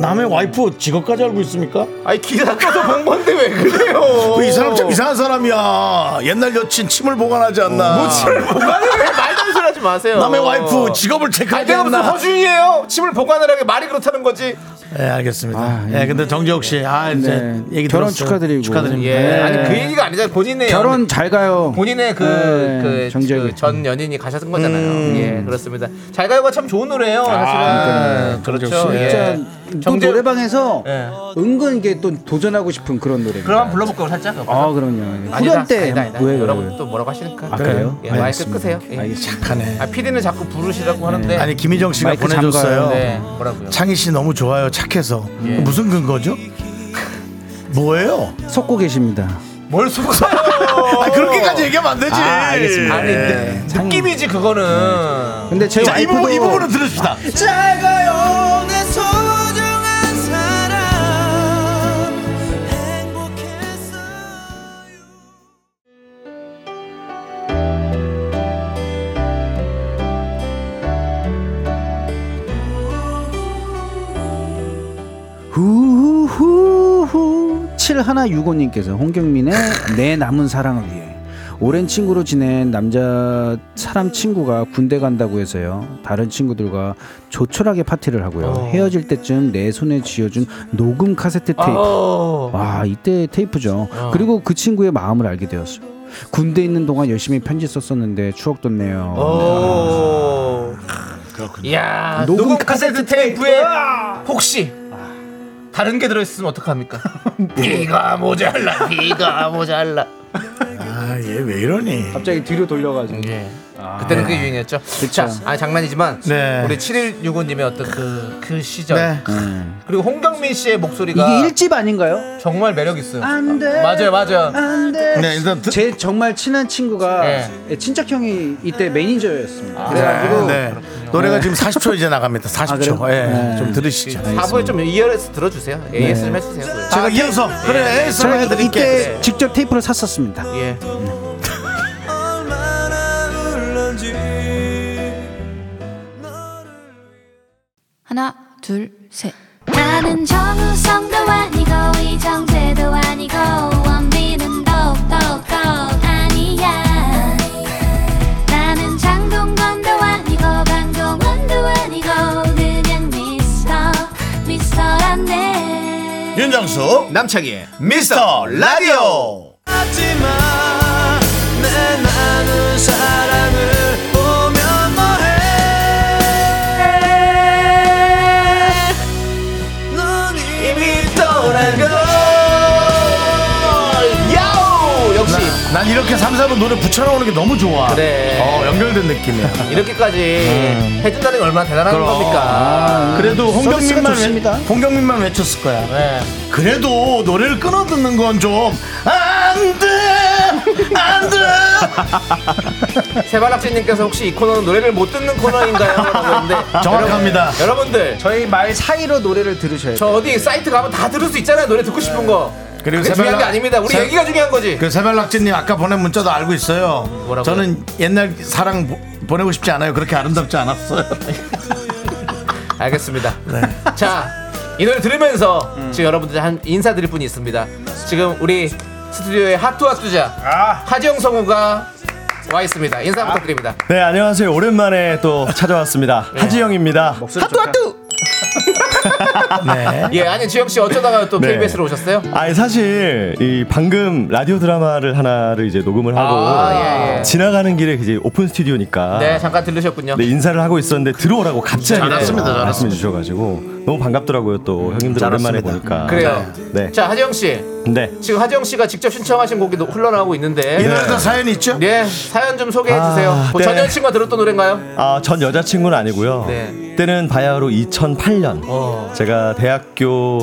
남의 와이프 직업까지 알고 있습니까?
아니 기사 떠서 본 건데 왜 그래요?
그 이 사람 참 이상한 사람이야. 옛날 여친 침을 보관하지 않나.
뭐 아니 왜 말도 안 소리 하지 마세요.
남의 와이프 직업을
아니 내가 무슨
체크하겠나?
허준이에요? 침을 보관을 하게 말이 그렇다는 거지.
예, 알겠습니다.
아,
예, 근데 정재욱 씨, 아 이제
네.
얘기
결혼
들었어요.
축하드리고.
축하드립니다.
예.
예.
아니 그 얘기가 아니잖아요. 본인의
결혼 잘 가요.
본인의
네,
어,
그전
정재욱.
음.
연인이 가셨던 거잖아요. 예, 그렇습니다. 잘가요가 참 좋은 노래예요. 사실은 그렇죠.
정재욱 씨.
예.
진짜 또
정재욱-
노래방에서
예.
은근 이게 또 도전하고 싶은 그런 노래.
그럼 한번 불러볼까요, 살짝?
아 그럼요.
아니다,
후렴 때
아니다, 아니다.
왜, 왜, 왜.
여러분 또 뭐라고 하시니까.
아, 그래요?
예, 마이크
알겠습니다.
끄세요. 예.
착하네.
아, PD는 자꾸 부르시라고 하는데.
아니 김희정 씨가
마이크
보내줬어요.
잠가요.
네, 뭐라고요? 예.
창희 씨 너무 좋아요. 착해서 무슨 근거죠? 뭐예요?
속고 계십니다.
뭘 속아요?
아 그렇게까지 얘기하면 안 되지.
아, 알겠습니다.
아니,
네.
느- 느낌이지 그거는.
근데 제
자, 이
와이프도
부분 이 부분은 들읍시다.
후후후 7165님께서 홍경민의 내 남은 사랑을 위해 오랜 친구로 지낸 남자 사람 친구가 군대 간다고 해서요 다른 친구들과 조촐하게 파티를 하고요 헤어질 때쯤 내 손에 쥐어준 녹음 카세트 테이프
어.
와 이때 테이프죠 그리고 그 친구의 마음을 알게 되었어요 군대 있는 동안 열심히 편지 썼었는데 추억 돋네요
오. 이야, 녹음,
녹음
카세트 테이프에 혹시 다른 게 들어있으면 어떡합니까? 비가 모자라, 비가 모자라.
아 얘 왜 이러니?
갑자기 뒤로 돌려가지고
예. 그때는 그게 유행이었죠. 자, 아 장난이지만
네.
우리 7165님의 어떤 그, 그 시절
네.
그리고 홍경민 씨의 목소리가
이게 일집 아닌가요?
정말 매력 있어요.
안 돼.
맞아요, 맞아요.
안돼
네 일단 드-
제 정말 친한 친구가 친척 형이 이때 매니저였습니다. 그래가지고
네, 네. 노래가 지금 40초 이제 나갑니다. 40초.
그래요?
예.
네.
좀 들으시죠.
4부에 좀 ERS 들어주세요. AS
네.
좀 해주세요.
제가 이어서 그래
제가
ASMR
이때
해드릴게.
네.
직접 테이프를 샀었습니다.
예.
하나, 둘, 셋. 나는 정우성도 아니고 이정재도 아니고 원빈은 더욱더 아니야 나는 장동건도 아니고 강동원도 아니고 그냥 미스터 미스터란데
윤정수
남창희의
미스터 라디오.
이미 떠난 걸 야오
난 이렇게 3, 4분 노래 붙여나오는 게 너무 좋아.
네.
그래.
어, 연결된 느낌이야.
네, 이렇게까지
음.
해준다는 게 얼마나 대단한
그럼.
아.
겁니까?
그래도
서비스가
홍경민만,
좋습니다.
외, 홍경민만 외쳤을 거야.
네.
그래도 노래를 끊어 듣는 건 좀 안 돼! 안 돼!
세바락지님께서 혹시 이 코너는 노래를 못 듣는 코너인가요? 라고 했는데
정확합니다.
여러분들 저,
저희 말 사이로 노래를 들으셔야 돼요.
저 어디 사이트 가면 다 들을 수 있잖아요 노래 듣고 싶은 거
그리고
그게 중요한
세발락-
게 아닙니다 우리
세-
얘기가 중요한 거지
그 세발락진님 아까 보낸 문자도 알고 있어요.
뭐라고요?
저는 옛날 사랑 보- 보내고 싶지 않아요. 그렇게 아름답지 않았어요.
알겠습니다
네.
자 이 노래 들으면서
음.
지금 여러분들 한 인사드릴 분이 있습니다 지금 우리 스튜디오에 핫투와 투자 하지영 성우가 와 있습니다 인사 부탁드립니다
네, 안녕하세요. 오랜만에 또 찾아왔습니다. 하지영입니다.
네.
예 아니 지영씨 어쩌다가 또
네.
KBS로 오셨어요?
아니 사실 이 방금 라디오 드라마를 하나를 이제 녹음을 하고
아, 예, 예.
지나가는 길에 이제 오픈 스튜디오니까
네 잠깐 들르셨군요
네, 인사를 하고 있었는데 들어오라고 갑자기
잘했습니다,
네, 말씀해
잘했습니다.
주셔가지고 너무 반갑더라고요. 또 형님들 오랜만에 보니까
그래요
네,
자 하지영씨
네.
지금 하지영 씨가 직접 신청하신 곡이 흘러나오고 있는데
이 노래도 사연이 있죠?
네 사연 좀 소개해
아,
주세요. 뭐
네.
전현 씨가 들었던 노래인가요?
아, 전 여자친구는 아니고요.
네.
때는 바야흐로 2008년.
어.
제가 대학교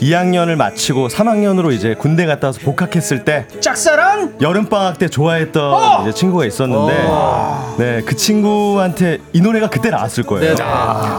2학년을 마치고 3학년으로 이제 군대 갔다 와서 복학했을 때
짝사랑?
여름 방학 때
어!
좋아했던 이제 친구가 있었는데 네, 그 친구한테 이 노래가 그때 나왔을 거예요.
네.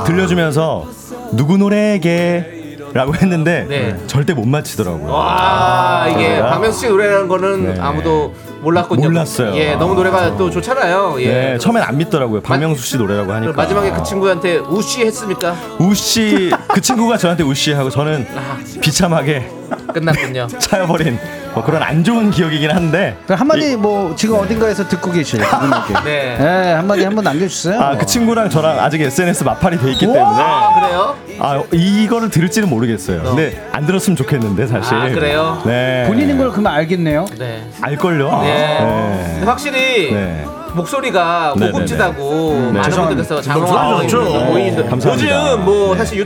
들려주면서 누구 노래에게 라고 했는데
네. 어.
절대 못 맞히더라고요.
와 이게
제가?
박명수 씨 노래라는 거는
네.
아무도 몰랐군요.
몰랐어요. 아.
예, 너무 노래가 또 좋잖아요. 예.
네, 처음엔 안 믿더라고요. 박명수 씨 노래라고
그럼
하니까.
마지막에 그 친구한테 우씨 했습니까?
우씨 그 친구가 저한테 우씨 하고 저는
아.
비참하게
끝났군요.
차여버린 뭐 그런 안 좋은 기억이긴 한데
한마디 뭐 지금 어딘가에서 듣고 계실 그분에게.
네.
네, 한마디 한번 남겨주세요.
아 그 친구랑 저랑 아직 SNS 마팔이 돼 있기 때문에
아 그래요? 네.
아 이거를 들을지는 모르겠어요. 근데 안 들었으면 좋겠는데 사실.
아, 그래요?
네.
본인인 걸 그러면 알겠네요.
네.
알걸요.
예.
네.
근데 확실히
네.
목소리가
네네네.
고급지다고 많은
죄송합니다.
분들께서
목소리 좋죠.
장황하고 보이는데
어, 감사합니다.
요즘 뭐
네.
사실 유,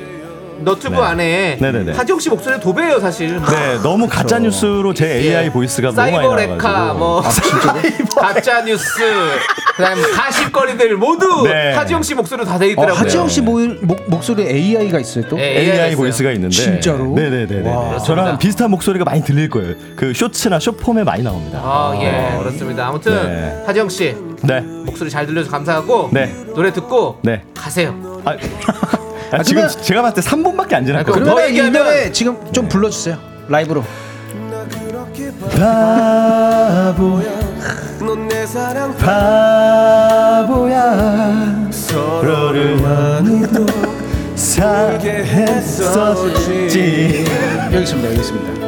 너튜브
네.
안에
네네네.
하지영 씨 목소리 도배예요 사실.
네, 너무 가짜
그렇죠.
뉴스로 제 AI
예.
보이스가 너무 많이
사이버
나와가지고. 아,
레카 뭐 가짜 뉴스 그다음 가십거리들 모두
네.
하지영 씨 목소리로 다 돼
어,
있더라고요.
하지영 씨 모, 목, 목소리에 AI가 있어요 또?
예,
AI,
AI
보이스가 있는데
진짜로?
네네네.
그렇습니다.
저랑 비슷한 목소리가 많이 들릴 거예요. 그 쇼츠나 쇼폼에 많이 나옵니다.
아, 예, 그렇습니다. 아무튼
어. 네.
하지영 씨
네.
목소리 잘 들려서 감사하고
네.
노래 듣고
네.
가세요.
아, 아, 지금
그러면-
제가 봤을 때 3분밖에 안
아, 그럼-
지났거든요.
더
그러면 이
얘기하면-
노래 네, 지금 좀 불러주세요 라이브로
바보야. 바보야. 서로를 많이도 사랑했었지.
여기 있습니다 여기 있습니다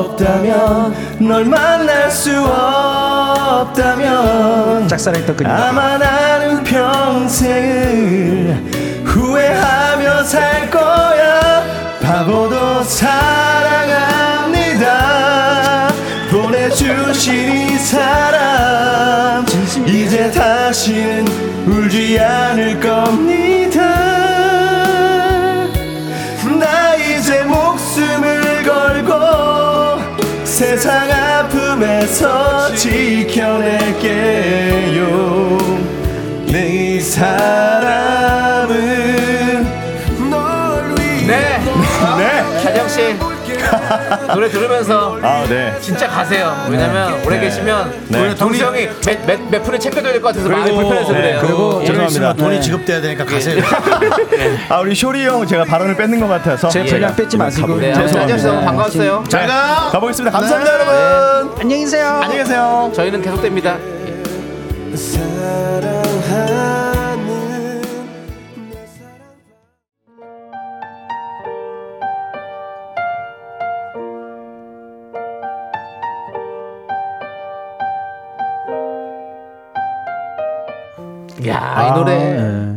없다면 널 만날 수 없다면
짝사랑했던 그녀
아마 나는 평생을 후회하며 살 거야 바보도 사랑합니다 보내주신 이 사람 이제 다시는 울지 않을 겁니다 나 이제 목숨을 걸고 세상 아픔에서 지켜낼게요 내 이 사람은 널 위해
네,
네.
하지영 씨 노래 들으면서
아, 네.
진짜 가세요. 왜냐면 오래 계시면
네.
우리 동생이 몇몇 분을 챙겨줘야 될 것 같아서 많이 불편해서
네,
그래요.
그리고
오늘
죄송합니다.
있으면 돈이
네.
지급돼야 되니까
예.
가세요.
아, 우리 쇼리 형 제가 발언을 뺏는 것 같아서
제
제가
분량 뺏지 마시고.
가보-
네, 아무튼 하지영 씨 너무
죄송합니다.
반가웠어요.
잘 가!
가보겠습니다. 감사합니다, 여러분.
네. 안녕히 계세요
안녕히 계세요.
저희는 계속됩니다.
아,
야이
네.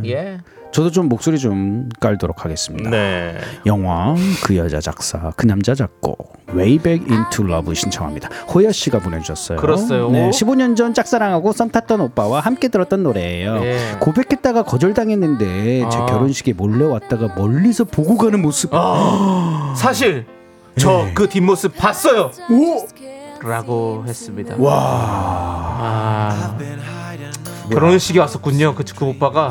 노래 예
저도 좀 목소리 좀 깔도록 하겠습니다
네.
영화 그 여자 작사 그 남자 작곡 Way Back Into Love 신청합니다 호야 씨가 보내주셨어요
그렇어요.
네, 15년 전 짝사랑하고 썸 탔던 오빠와 함께 들었던 노래예요
예.
고백했다가 거절당했는데 제
아.
결혼식에 몰래 왔다가 멀리서 보고 가는 모습
사실 저 그 뒷모습 봤어요
오! 라고 했습니다. 와. 결혼식에 왔었군요. 그, 그 오빠가.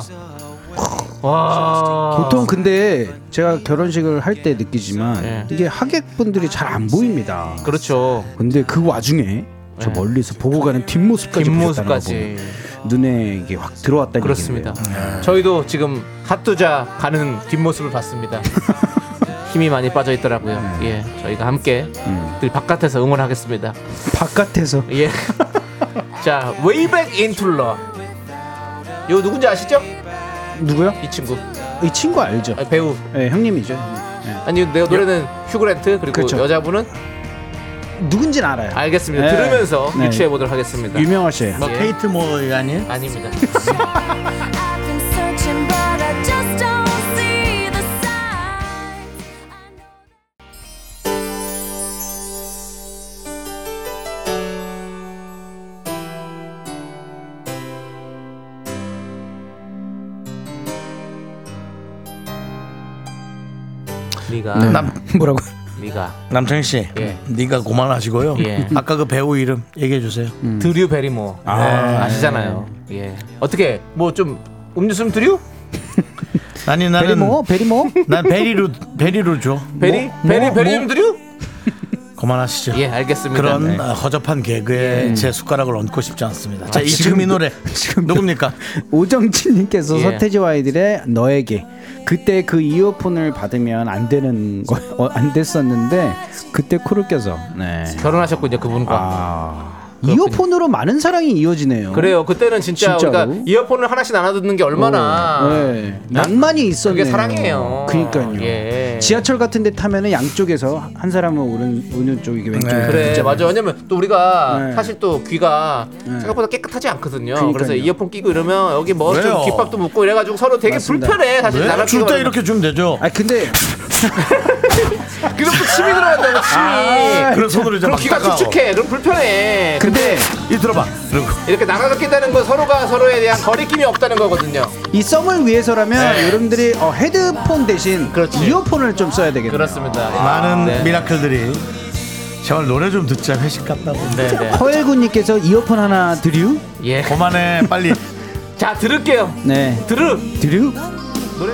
와.
보통 근데 제가 결혼식을 할 때 느끼지만
예.
이게 하객분들이 잘 안 보입니다.
그렇죠.
근데 그 와중에 저
예.
멀리서 보고 가는 뒷모습까지 보셨다는
뒷모습까지.
거 보면 눈에 이게 확 들어왔다는
그렇습니다.
네.
저희도 지금 핫도자 가는 뒷모습을 봤습니다. 힘이 많이 빠져 있더라고요.
네.
예, 저희가 함께
음.
늘 바깥에서 응원하겠습니다.
얘기예요. 바깥에서
예. 자, 웨이백 인툴러. 요 누군지 아시죠?
누구요?
이 친구
이 친구 알죠?
아니, 배우.
예, 형님이죠.
아니 내 노래는 휴그랜트 그리고
그렇죠.
여자분은
누군진 알아요.
알겠습니다.
네.
들으면서
네.
유추해 보도록 하겠습니다.
유명하셔요.
뭐
예.
케이트 모이 아니에요?
아닙니다. 네가
남
뭐라고?
네가
남창희 씨,
예.
네가 고만하시고요.
예.
아까 그 배우 이름 얘기해 주세요.
드류 베리모 아, 시잖아요 예. 어떻게 뭐 좀 음료수는 드류?
아니
음.
나는
뭐, 베리모? 베리모?
난 베리로 베리로 줘.
베리? 베리
뭐,
베리
뭐.
좀 드류?
고만하시죠.
예, 알겠습니다.
그런
네. 음. 아,
어, 허접한 개그에 제 숟가락을 얹고 싶지 않습니다. 자, 이
지금-
지금 이 노래
지금-
누굽니까?
오정진님께서
예.
서태지와 아이들의 너에게 그때 그 이어폰을 받으면 안 되는 거안 됐었는데 그때 코를 껴서 네.
결혼하셨군요, 그분과.
아 이어폰으로 많은 사랑이 이어지네요.
그래요. 그때는 진짜
진짜로?
우리가 이어폰을 하나씩 나눠 듣는 게 얼마나
네. 낭만이 있었네요.
그게 사랑이에요.
그러니까요.
예.
지하철 같은데 타면은 양쪽에서 한 사람은 오른 오른쪽 이게 왼쪽.
네.
그래 맞아 왜냐면 또 우리가
네.
사실 또 귀가
네.
생각보다 깨끗하지 않거든요
그러니까요.
그래서 이어폰 끼고 이러면 여기 뭐
왜요?
좀 귓밥도 묻고 이래가지고 서로 되게
맞습니다.
불편해 사실 나랑
네? 줄
끼고
때 이렇게 주면 되죠.
아 근데
아, 그럼 또 침이 들어간다고 침이
아, 그런 손으로 이제
그럼
막
귀가
닦아.
축축해 그럼 불편해
근데
이 들어봐. 그리고
이렇게 나가서 낀다는 건 서로가 서로에 대한 거리낌이 없다는 거거든요
이 썸을 위해서라면 여러분들이 어, 헤드폰 대신
네. 그렇지.
이어폰을 좀 써야 되겠네요.
그렇습니다
많은
네.
미라클들이 제발 노래 좀 듣자 회식 갔다고.
네, 네.
허일군님께서 이어폰 하나 드류?
예.
그만해 빨리.
자 들을게요
네.
들으
드류?
노래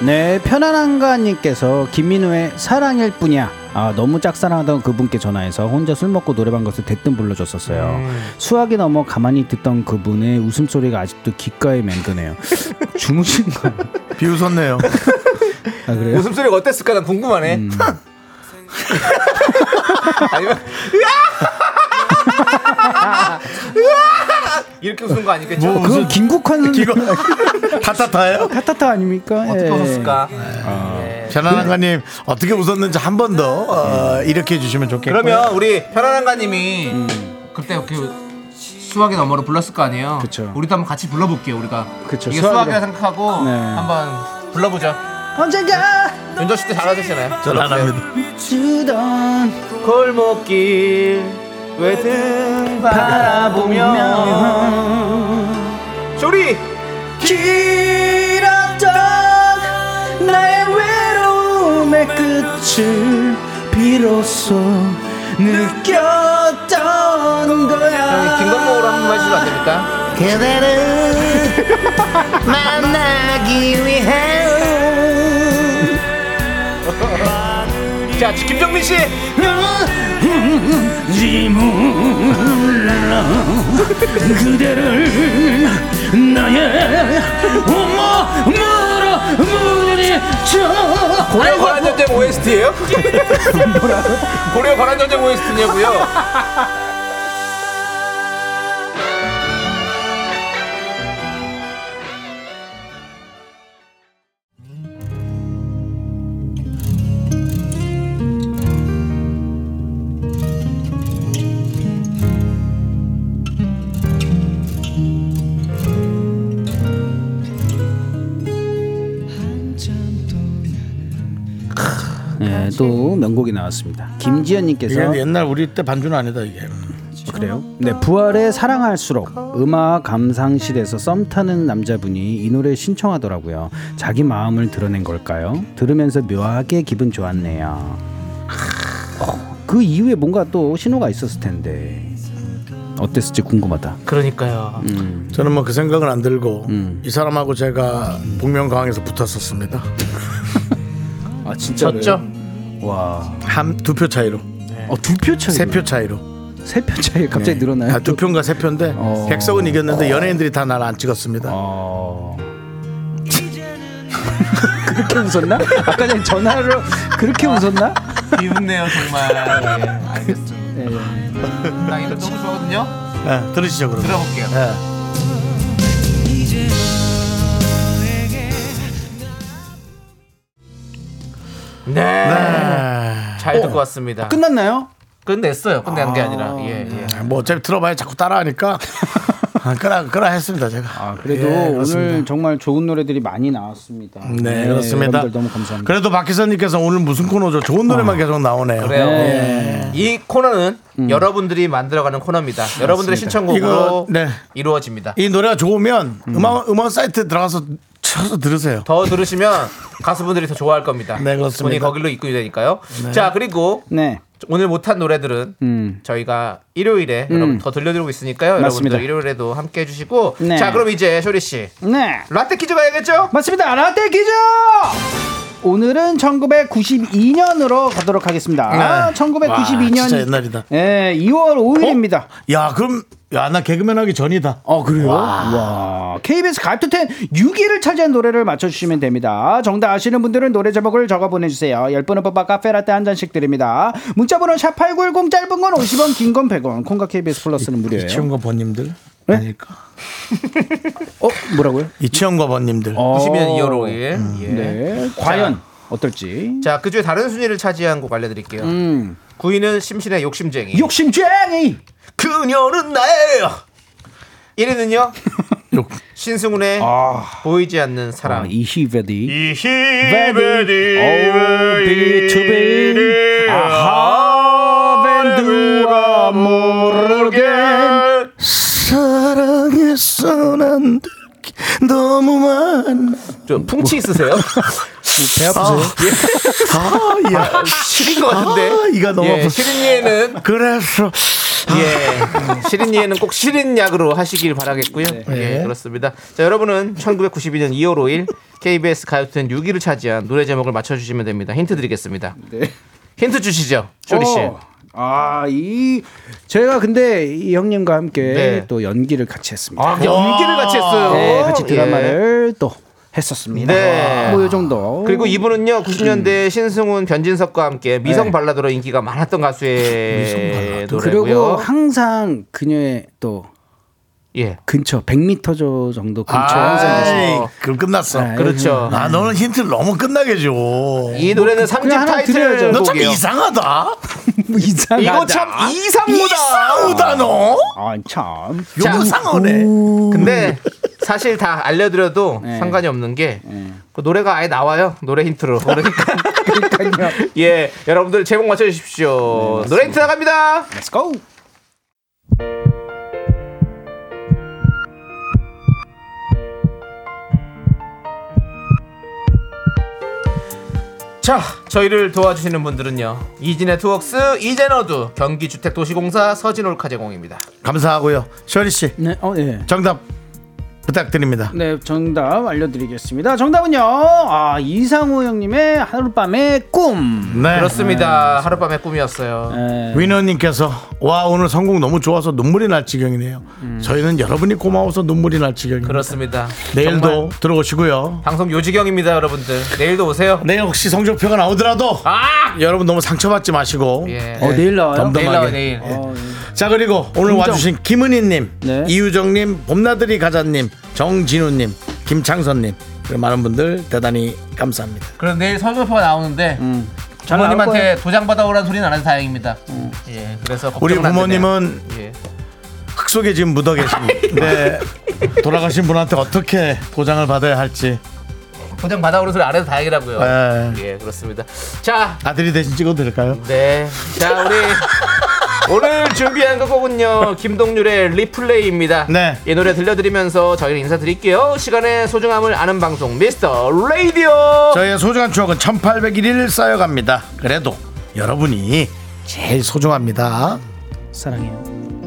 네, 편안한가님께서 김민우의 사랑일 뿐이야. 아, 너무 짝사랑하던 그분께 전화해서 혼자 술 먹고 노래방 가서 대뜸 불러줬었어요. 수학이 넘어 가만히 듣던 그분의 웃음소리가 아직도 귓가에 맴드네요. 주무신 거
비웃었네요.
아, 그래요?
웃음소리가 어땠을까 난 궁금하네 아니면 으아! 으아! 이렇게 웃는 거 아니겠죠?
뭐
그건
무슨
김국환 선생님
이거 타타타예요?
타타타 아닙니까?
어떻게
예.
웃었을까? 네.
전한가님 어떻게 웃었는지 한 번 더 어, 이렇게 해주시면 좋겠고요.
네. 그러면 우리 편안한가님이 그때 그 수학의 너머로 불렀을 거 아니에요?
그쵸.
우리도 한번 같이 불러볼게요 우리가
그쵸,
이게
수학이라-
수학이라 생각하고
네.
한번 불러보자
언젠가
윤정 씨도 잘하셨잖아요
전안 합니다.
주던
골목길 외등 바라보며 소리
길었던 나의 외로움의 끝을 비로소 느꼈던 거야
김건모로 한 번만 해주면 안 됩니까?
그대를 만나기 위해
자 김정민 씨
지 몰라 그대를 나의 온몸으로 부딪혀
고려 관한 전쟁 OST예요? 고려 관한 전쟁 OST냐고요?
네, 또 명곡이 나왔습니다. 김지연님께서
이게 옛날 우리 때 반주는 아니다 이게.
어, 그래요? 네, 부활의 사랑할수록 음악 감상실에서 썸 타는 남자분이 이 노래 신청하더라고요. 자기 마음을 드러낸 걸까요? 들으면서 묘하게 기분 좋았네요. 어, 그 이후에 뭔가 또 신호가 있었을 텐데 어땠을지 궁금하다.
그러니까요.
저는 뭐 그 생각은 안 들고 이 사람하고 제가 복면가왕에서 붙었었습니다.
아 진짜
졌죠?
와,
한 두 표 차이로,
어, 두표 차이.
세 표 차이로.
세표 차이 갑자기
네.
늘어나요.
아, 두 표인가 세 표인데
어.
백석은 이겼는데 연예인들이 다 날 안 찍었습니다.
어... 그렇게 웃었나? 아까 전에 전화로 그렇게 웃었나?
비웃네요 정말. 예, 알겠습니다.
네, 네.
나 이거 너무 좋아하거든요.
예, 들으시죠 그럼.
들어볼게요.
예.
네.
네.
잘 듣고 왔습니다. 끝...
끝났나요?
끝냈어요. 끝낸 게 아니라. 예, 예.
뭐 어차피 들어봐야 자꾸 따라하니까 아, 그라 그라 했습니다 제가.
아, 그래도
예,
오늘
그렇습니다.
정말 좋은 노래들이 많이 나왔습니다.
네, 그렇습니다.
여러분들 너무 감사합니다. 어.
그래도 박기선님께서 오늘 무슨 코너죠? 좋은 노래만 계속 나오네요.
그래요. 이 코너는 여러분들이 만들어가는 코너입니다. 여러분들의 신청곡으로
이거, 네.
이루어집니다.
이 노래가 좋으면 음원 음원 사이트 들어가서 쳐서 들으세요.
더 들으시면 가수분들이 더 좋아할 겁니다.
네, 그렇습니다.
본인이 거길로 입고 되니까요. 자 그리고
네.
오늘 못한 노래들은
음.
저희가 일요일에 여러분 더 들려드리고 있으니까요.
맞습니다.
여러분들 일요일에도 함께 해주시고
네.
자 그럼 이제 쇼리 씨
네.
라떼 퀴즈 가야겠죠?
맞습니다. 라떼 퀴즈! 오늘은 1992년으로 가도록 하겠습니다.
네. 와,
1992년.
진짜 옛날이다.
예, 2월 5일입니다.
야 그럼 야 나 개그맨 하기 전이다.
아 그래요? 와, KBS 가입투텐 6위를 차지한 노래를 맞춰주시면 됩니다 정답 아시는 분들은 노래 제목을 적어 보내주세요 10분을 뽑아 카페라떼 한 잔씩 드립니다 문자번호 샵8910 짧은 건 50원 긴 건 100원 콩과 KBS 플러스는 무료예요
이치영과 번님들 아닐까?
어? 뭐라고요?
이치영과 번님들.
90년 2월 5일. 예.
어. 네 과연 어떨지
자, 그 중에 다른 순위를 차지한 곡 알려드릴게요.
음.
9위는 심신의 욕심쟁이.
욕심쟁이
그녀는 나예요. 1위는요?
욕.
신승훈의
아.
보이지 않는 사랑.
이히베디
이히베디
비투비 아하벤두아 모르게
사랑했어 난 너무 많.
좀 풍치 있으세요?
배 아프세요? 아, 야.
예. 시린 것 같은데.
아, 이가 너무
예,
아프다.
시린이에는
그래서
예, 시린이에는 꼭 시린 약으로 하시길 바라겠고요. 예,
네.
그렇습니다. 자, 여러분은 1992년 2월 5일 KBS 가요톱 6위를 차지한 노래 제목을 맞춰주시면 됩니다. 힌트 드리겠습니다.
네.
힌트 주시죠, 쇼리 씨.
아, 이 제가 근데 이 형님과 함께
네.
또 연기를 같이 했습니다.
아, 연기를 같이 했어요.
네, 같이
예.
드라마를 또 했었습니다.
네.
뭐요 정도.
그리고 이분은요 90년대 신승훈 변진섭과 함께 미성
음. 네.
발라드로 인기가 많았던 가수의
그리고
노래고요.
항상 그녀의 또
예,
근처 100m 저 정도 근처 항상 계십니다.
아이,
됐어.
그럼 끝났어.
네.
그렇죠.
아 너는 힌트를 너무 끝나게 줘.
이 노래는 삼집
하나 드려야죠.
타이틀
너 참
곡이에요.
이상하다.
뭐 이상하다.
이거 참 이상보다.
이상하다 너.
아, 참.
자.
요상하네.
근데 사실 다 알려드려도
네.
네.
상관이 없는 게 그 노래가 아예 나와요 노래 힌트로. 그러니까 예 여러분들 제목
네,
맞춰주십시오. 노래 힌트 나갑니다.
Let's go.
자, 저희를 도와주시는 분들은요. 이진의 투웍스, 이젠어두, 경기주택도시공사, 서진올카제공입니다.
감사하고요. 쇼리 씨
네. 어, 예.
정답 부탁드립니다.
네, 정답 알려드리겠습니다. 정답은요, 아, 이상우 형님의 하룻밤의 꿈.
네.
아,
그렇습니다. 하룻밤의 꿈이었어요.
네.
위너님께서 와 오늘 성공 너무 좋아서 눈물이 날 지경이네요. 저희는 여러분이 고마워서 눈물이 날 지경입니다.
음. 그렇습니다.
내일도
정말
들어오시고요.
방송 요지경입니다, 여러분들. 내일도 오세요.
내일 네, 혹시 성적표가 나오더라도
아!
여러분 너무 상처받지 마시고.
예.
어, 내일 나와요? 어, 예.
내일 나와요,
덤덤하게. 예.
내일.
자 그리고 오늘 와주신 김은희님,
네.
이유정님, 봄나들이 가자님, 정진우님, 김창선님 그리고 많은 분들 대단히 감사합니다.
그럼 내일 설교표가 음. 나오는데
잘 나올
부모님한테 도장 받아오라는 소리는 안 해서 다행입니다. 예, 그래서
우리
걱정은 안
부모님은
되네요. 예.
흙 속에 지금 묻어 계십니다. 네. 돌아가신 분한테 어떻게 도장을 받아야 할지
포장 받아오는 소리 안 해서 다행이라고요.
네.
예, 그렇습니다. 자,
아들이 대신 찍어도 될까요?
네. 자, 우리 오늘 준비한 곡은요. 김동률의 리플레이입니다.
네.
이 노래 들려드리면서 저희는 인사드릴게요. 시간의 소중함을 아는 방송 미스터 라디오.
저희의 소중한 추억은 1801일 쌓여갑니다. 그래도 여러분이 제일 소중합니다.
사랑해요.